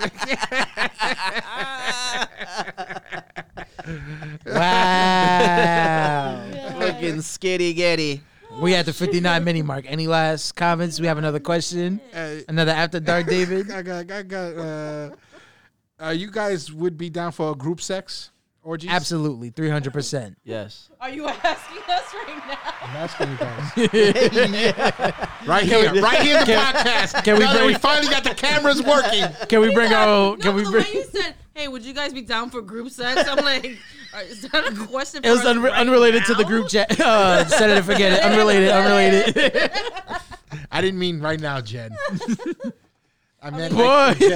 B: Wow.
A: Fucking skitty getty.
B: we at the 59 mini mark. Any last comments? We have another question.
D: Uh,
B: Another after dark, David.
D: i got i got uh, uh you guys would be down for a group sex orgies?
B: Absolutely, three hundred percent.
A: Yes.
C: Are you asking us right now?
D: I'm asking you guys.
F: Right here.
D: right here in the podcast.
B: Can we
D: now that
B: bring-
D: we finally got the cameras working.
B: Can we bring our?
C: no,
B: Oh, Can we
C: the
B: bring?
C: way you said, "Hey, would you guys be down for group sex?" I'm like, "Are- is that a question?
B: It was unre- unrelated to the group chat. Uh, set it and forget it. Unrelated. Unrelated.
D: I didn't mean right now, Jen. I meant like,
B: Boy,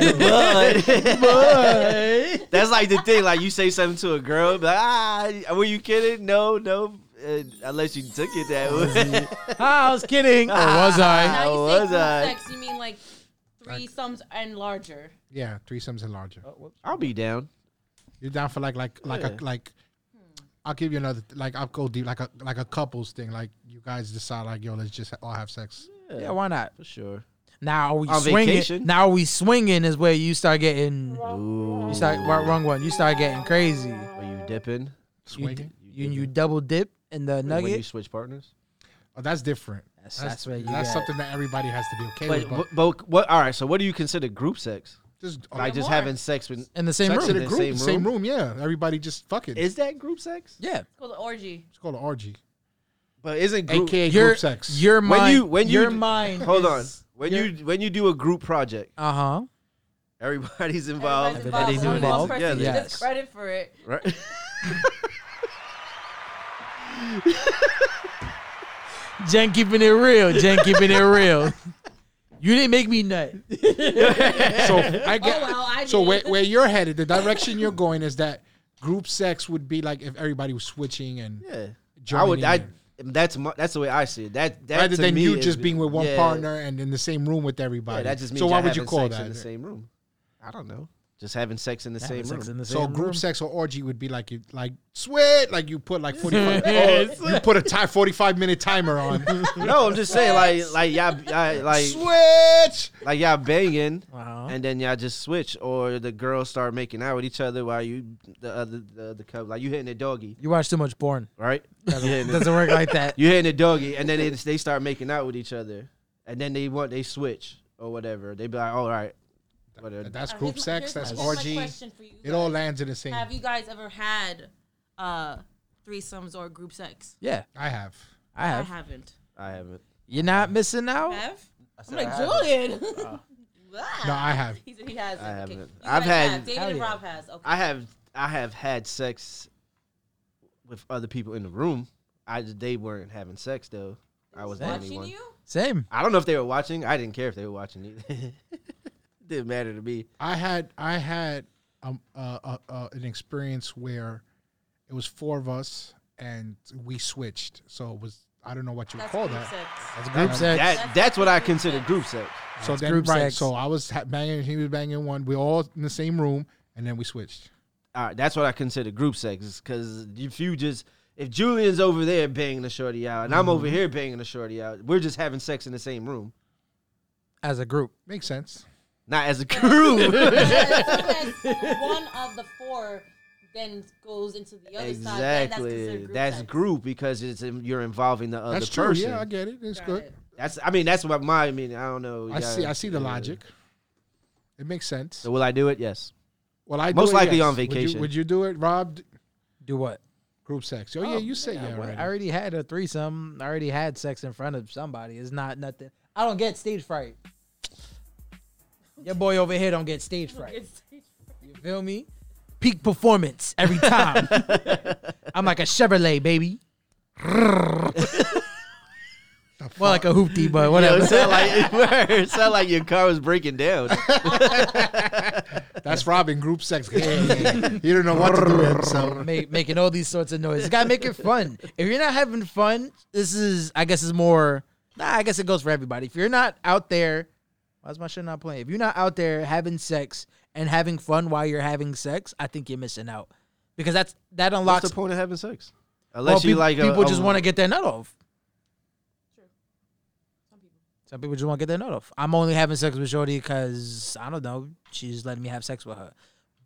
A: But, that's like the thing. Like you say something to a girl, be like ah, were you kidding? No, no. Uh, unless you took it that way.
B: I was kidding. Or was I?
C: Now you
A: Oh,
C: say
A: was
C: group
A: I?
C: sex, you mean like threesomes and larger?
D: yeah, threesomes and larger.
A: I'll be down.
D: You're down for like like like
A: Yeah.
D: a, like. I'll give you another like I'll go deep like a like a couples thing like you guys decide like yo let's just all have sex.
B: Yeah, why not?
A: For sure.
B: Now we
A: On
B: swinging.
A: vacation?
B: Now we swinging is where you start getting.
A: Ooh.
B: You start wrong- wrong one. You start getting crazy.
A: Are you dipping?
B: You,
D: Swinging.
B: you, you double dip in the
A: When you
B: nugget.
A: switch partners?
D: Oh, that's different.
B: That's, that's where you.
D: That's
B: get.
D: something that everybody has to be okay
A: But,
D: with. But
A: but, but what? All right. So what do you consider group sex?
D: just
A: Like just
C: more.
A: having sex with?
B: in the same
D: sex
B: room.
D: in a
A: the
D: group,
A: same
D: same,
A: room?
D: room. Yeah, everybody just fucking. It's
A: Is that group sex?
B: Yeah,
C: It's called an orgy.
D: called an orgy,
A: But isn't group?
D: aka
B: your
D: group sex.
B: your
A: when
B: mind.
A: you when you
B: your mind.
A: Hold on. When you when you do a group project,
B: Uh huh.
A: everybody's
C: Everybody's
A: involved.
B: Everybody
C: involved.
B: doing
C: One
B: it
C: lost person
A: together.
C: gets
B: Yes.
C: credit for it.
A: Right.
B: Jen keeping it real. Jen keeping it real. You didn't make me nut.
D: so I
C: Oh
D: get.
C: well, I
D: so
C: did.
D: where, where you're headed, the direction you're going is that group sex would be like if everybody was switching and
A: Yeah. I
D: joining
A: would. I.
D: in.
A: That's my, that's the way I see it. That that
D: rather
A: to
D: than
A: me
D: you
A: is-
D: just being with one
A: yeah.
D: partner and in the same room with everybody.
A: Yeah, that just means
D: so why
A: y'all
D: would you
A: having
D: call
A: sex in
D: that?
A: the same room? I don't know. Just having sex in the same room.
B: Sex in the
D: So
B: same
D: group
B: room.
D: sex or orgy would be like you like sweat like you put like 45 oh, you put a time 45 minute timer on.
A: no, I'm just saying like like y'all, y'all like
D: Switch.
A: like y'all banging,
B: Wow.
A: and then y'all just switch, or the girls start making out with each other while you the other the, the couple like you hitting the doggy,
B: You watch too much porn.
A: right? You hitting the-
B: Doesn't work like that.
A: you hitting the doggy, and then they, they start making out with each other, and then they want they switch or whatever. They be like, all right, whatever.
D: That's
C: Uh,
D: group
C: here's my-
D: sex,
C: here's my-
D: that's
C: here's my
D: orgy.
C: question for you
D: It all
C: guys.
D: lands in the same.
C: Have you guys ever had uh, threesomes or group sex?
B: Yeah,
D: I have.
B: I
C: I
B: have. Oh.
C: haven't.
A: I haven't.
B: You're not missing out.
C: Have? I'm
G: said
C: like
G: I
C: Julian. Ah,
D: No, I have.
C: He said he hasn't.
A: Uh. I
C: Okay.
A: haven't.
C: You
A: I've
C: guys
A: had-
C: have. David
B: Hell
C: and
B: yeah.
C: Rob has. Okay.
A: I have I have had sex with other people in the room. I just- they weren't having sex though. I was the only
C: Watching
A: one.
C: you?
B: Same.
A: I don't know if they were watching. I didn't care if they were watching either. Didn't matter to me.
D: I had I had um uh, uh, uh an experience where it was four of us and we switched. So it was I don't know what you would
C: That's
D: call
C: group
D: that.
C: sex.
D: That's
B: Group sex.
A: That that's what I consider group sex.
D: So then
B: group
D: right.
B: sex.
D: So I was ha- banging. He was banging one. We all in the same room, and then we switched.
A: All right, that's what I consider group sex. Because if you just if Julian's over there banging the shorty out and I'm over here banging the shorty out, we're just having sex in the same room,
B: As a group.
D: Makes sense.
A: not as a crew.
C: As soon as one of the four then goes into the other side, then that's
A: exactly.
C: considered group
A: That's
C: sex.
A: group because it's um, you're involving Uh, the other
D: That's true.
A: person.
D: Yeah, I get it. It's
C: Got
D: good.
C: it.
A: That's I mean that's what my I mean I don't know.
D: I see. I see the
A: Yeah.
D: logic. It makes sense.
A: So will I do it? Yes.
D: well, I do
A: most
D: it,
A: likely
D: yes.
A: on
D: Would you-
A: vacation.
D: Would you, do it, Rob? D-
B: Do what?
D: Group sex. Oh, yeah, you say yeah.
B: What?
D: already.
B: I already had a threesome. I already had sex in front of somebody. It's not nothing. I don't get stage fright. Your boy over here don't get stage fright. You feel me? Peak performance every time. I'm like a Chevrolet, baby. well, like a hoopty, but
A: Yo, it
B: whatever.
A: sound like it sound like your car was breaking down.
D: That's Rob in group sex. Yeah, yeah, yeah. You don't know what to do with himself.
B: Make, making all these sorts of noises. Gotta make it fun. If you're not having fun, this is, I guess, is more. Nah, I guess it goes for everybody. If you're not out there, why's my shit not playing? If you're not out there having sex and having fun while you're having sex, I think you're missing out because that's that
A: What's
B: unlocks.
A: the point of having sex?
B: well,
A: Unless
B: peop-
A: you like a-
B: people
A: a-
B: just want to get their nut off.
C: True.
B: Some people just want to get their nut off. I'm only having sex with Shorty because I don't know. She's letting me have sex with her.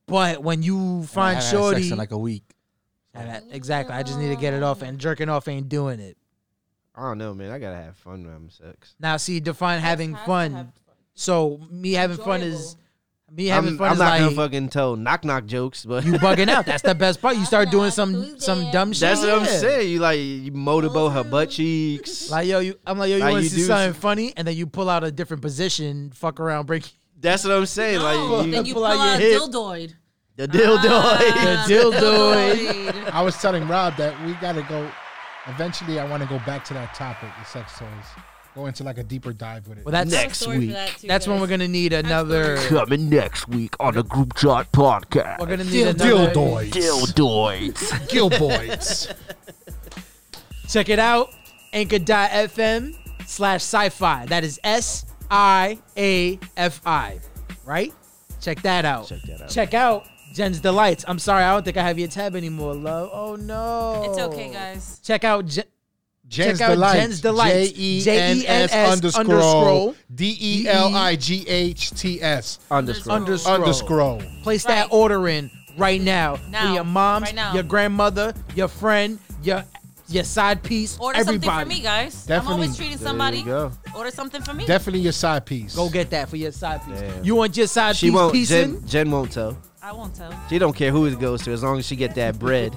B: But when you
G: I
B: find
G: haven't had
B: Shorty,
G: sex in like a week.
B: and I- exactly. I just need to get it off, and jerking off ain't doing it.
A: I don't know, man. I gotta have fun when I'm sex.
B: Now, see, define having
C: Have to
B: fun.
C: have
B: So me having fun is
C: Enjoyable.
B: me having
A: I'm,
B: fun
A: I'm
B: is
A: not gonna
B: like
A: fucking tell knock knock jokes, but
B: you bugging out. That's the best part. You start doing
I: Knock,
B: some
I: who's
B: some
I: there?
B: dumb shit.
A: that's what I'm
B: Yeah.
A: saying. You like you motorboat her butt cheeks.
B: Oh. Like yo, you, I'm like yo, you
A: Like,
B: want
A: you
B: to see
A: do
B: something
A: some-
B: funny, and then you pull out a different position, fuck around, break
A: That's what I'm saying.
C: No,
A: like you,
C: then you
B: pull
C: pull
B: out
C: out a
A: your
C: dildoid. Ah,
A: the dildo.
B: Ah. the dildo.
C: Dildoid.
D: I was telling Rob that we gotta go. Eventually, I want to go back to that topic, the sex toys. Go into like a deeper dive with it.
B: Well, that's
I: I have a story for that, too,
B: That's when
I: guys.
B: we're gonna need another.
E: Coming next week on the Group Chat Podcast.
B: We're gonna need
D: Dil-
B: another.
D: dildoids,
E: Dildoids.
D: gilboids.
B: Check it out. Anchor.fm slash sci-fi. That is S I A F I. Right? Check that out. Check that out. Check out Jen's Delights. I'm sorry, I don't think I have your tab anymore, love. Oh no.
C: It's okay, guys.
B: Check out Jen.
D: Jen's
B: Check out
D: Delight.
B: Jen's Delights.
D: J-E-N-S
B: J-E-N-S E underscroll
D: E underscroll E D-E-L-I-G-H-T-S
A: Underscore.
B: underscore.
D: underscroll.
B: Place
C: Right.
B: that order in right now.
C: Now.
B: For your moms,
C: Right now.
B: your grandmother, your friend, your your side piece,
C: Order
B: everybody.
C: something for me, guys. I'm
D: Definitely.
C: always treating
A: There
C: somebody.
A: you go.
C: Order something for me.
D: Definitely your side piece.
B: Go get that for your side piece.
A: Damn.
B: You want your side
A: She
B: piece
A: won't.
B: piecing?
A: Jen, Jen won't tell.
C: I won't tell.
A: She don't care who it goes to as long as she get that bread.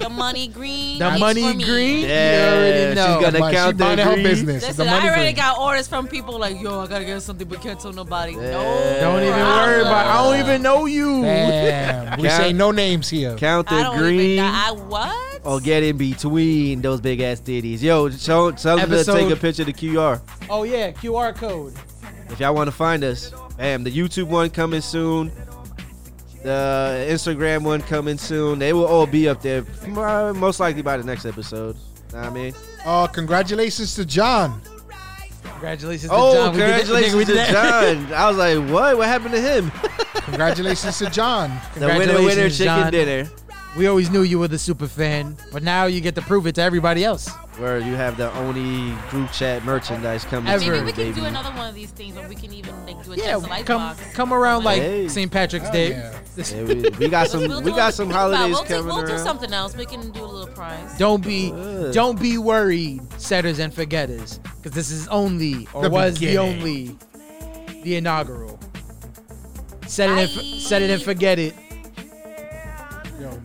C: Your money green.
B: The
C: bitch,
B: money
C: for me.
B: green.
A: Yeah,
B: you already
A: she's
B: know.
A: got
D: She
A: the count
D: minding
A: that
D: her
A: green.
D: business.
C: Listen,
D: The
C: I
D: money
C: already
D: green.
C: got orders from people like, yo, I gotta get something, but can't tell nobody. No,
A: Yeah.
B: don't even
C: Ah.
B: worry about. I don't even know you.
D: Damn, we
A: Count-
D: say no names here.
A: Count
C: I
A: the
C: don't even.
A: green.
C: know. I what?
A: Or get in between those big ass titties. Yo, show, tell them to
B: Episode-
A: take a picture of the QR.
B: Oh yeah, QR code.
A: If y'all want to find us, bam, the YouTube one coming soon. The Instagram one coming soon. They will all be up there, mo- most likely by the next episode. Know what I mean,
D: Uh, congratulations to John.
B: Congratulations. to
A: oh,
B: John. We did that-
A: congratulations
B: we did
A: to
B: that.
A: John! I was like, what? What happened to him?
D: Congratulations to John.
A: The winner, winner,
B: Congratulations,
A: chicken
B: John.
A: dinner.
B: We always knew you were the super fan, but now you get to prove it to everybody else.
A: Where you have the only group chat merchandise coming
B: Ever.
C: Maybe
A: soon,
C: we can
A: baby.
C: do another one of these things, or we can even like do a
B: Yeah,
C: just light
B: come
C: box.
B: come around like
A: Hey.
B: St. Patrick's
D: Hell
B: Day.
D: yeah.
A: Yeah, we, we got some.
C: We'll
A: we
C: do
A: got
C: a-
A: some
C: think about it.
A: holidays
C: we'll do-
A: coming
C: We'll do
A: around.
C: something else. We can do a little prize.
B: Don't be
A: Good.
B: don't be worried, setters and forgetters, because this is only or
D: The
B: was
D: beginning.
B: the only the inaugural. Set it and f-
C: Bye.
B: set it and forget it.
D: Yo,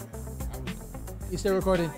B: You still recording?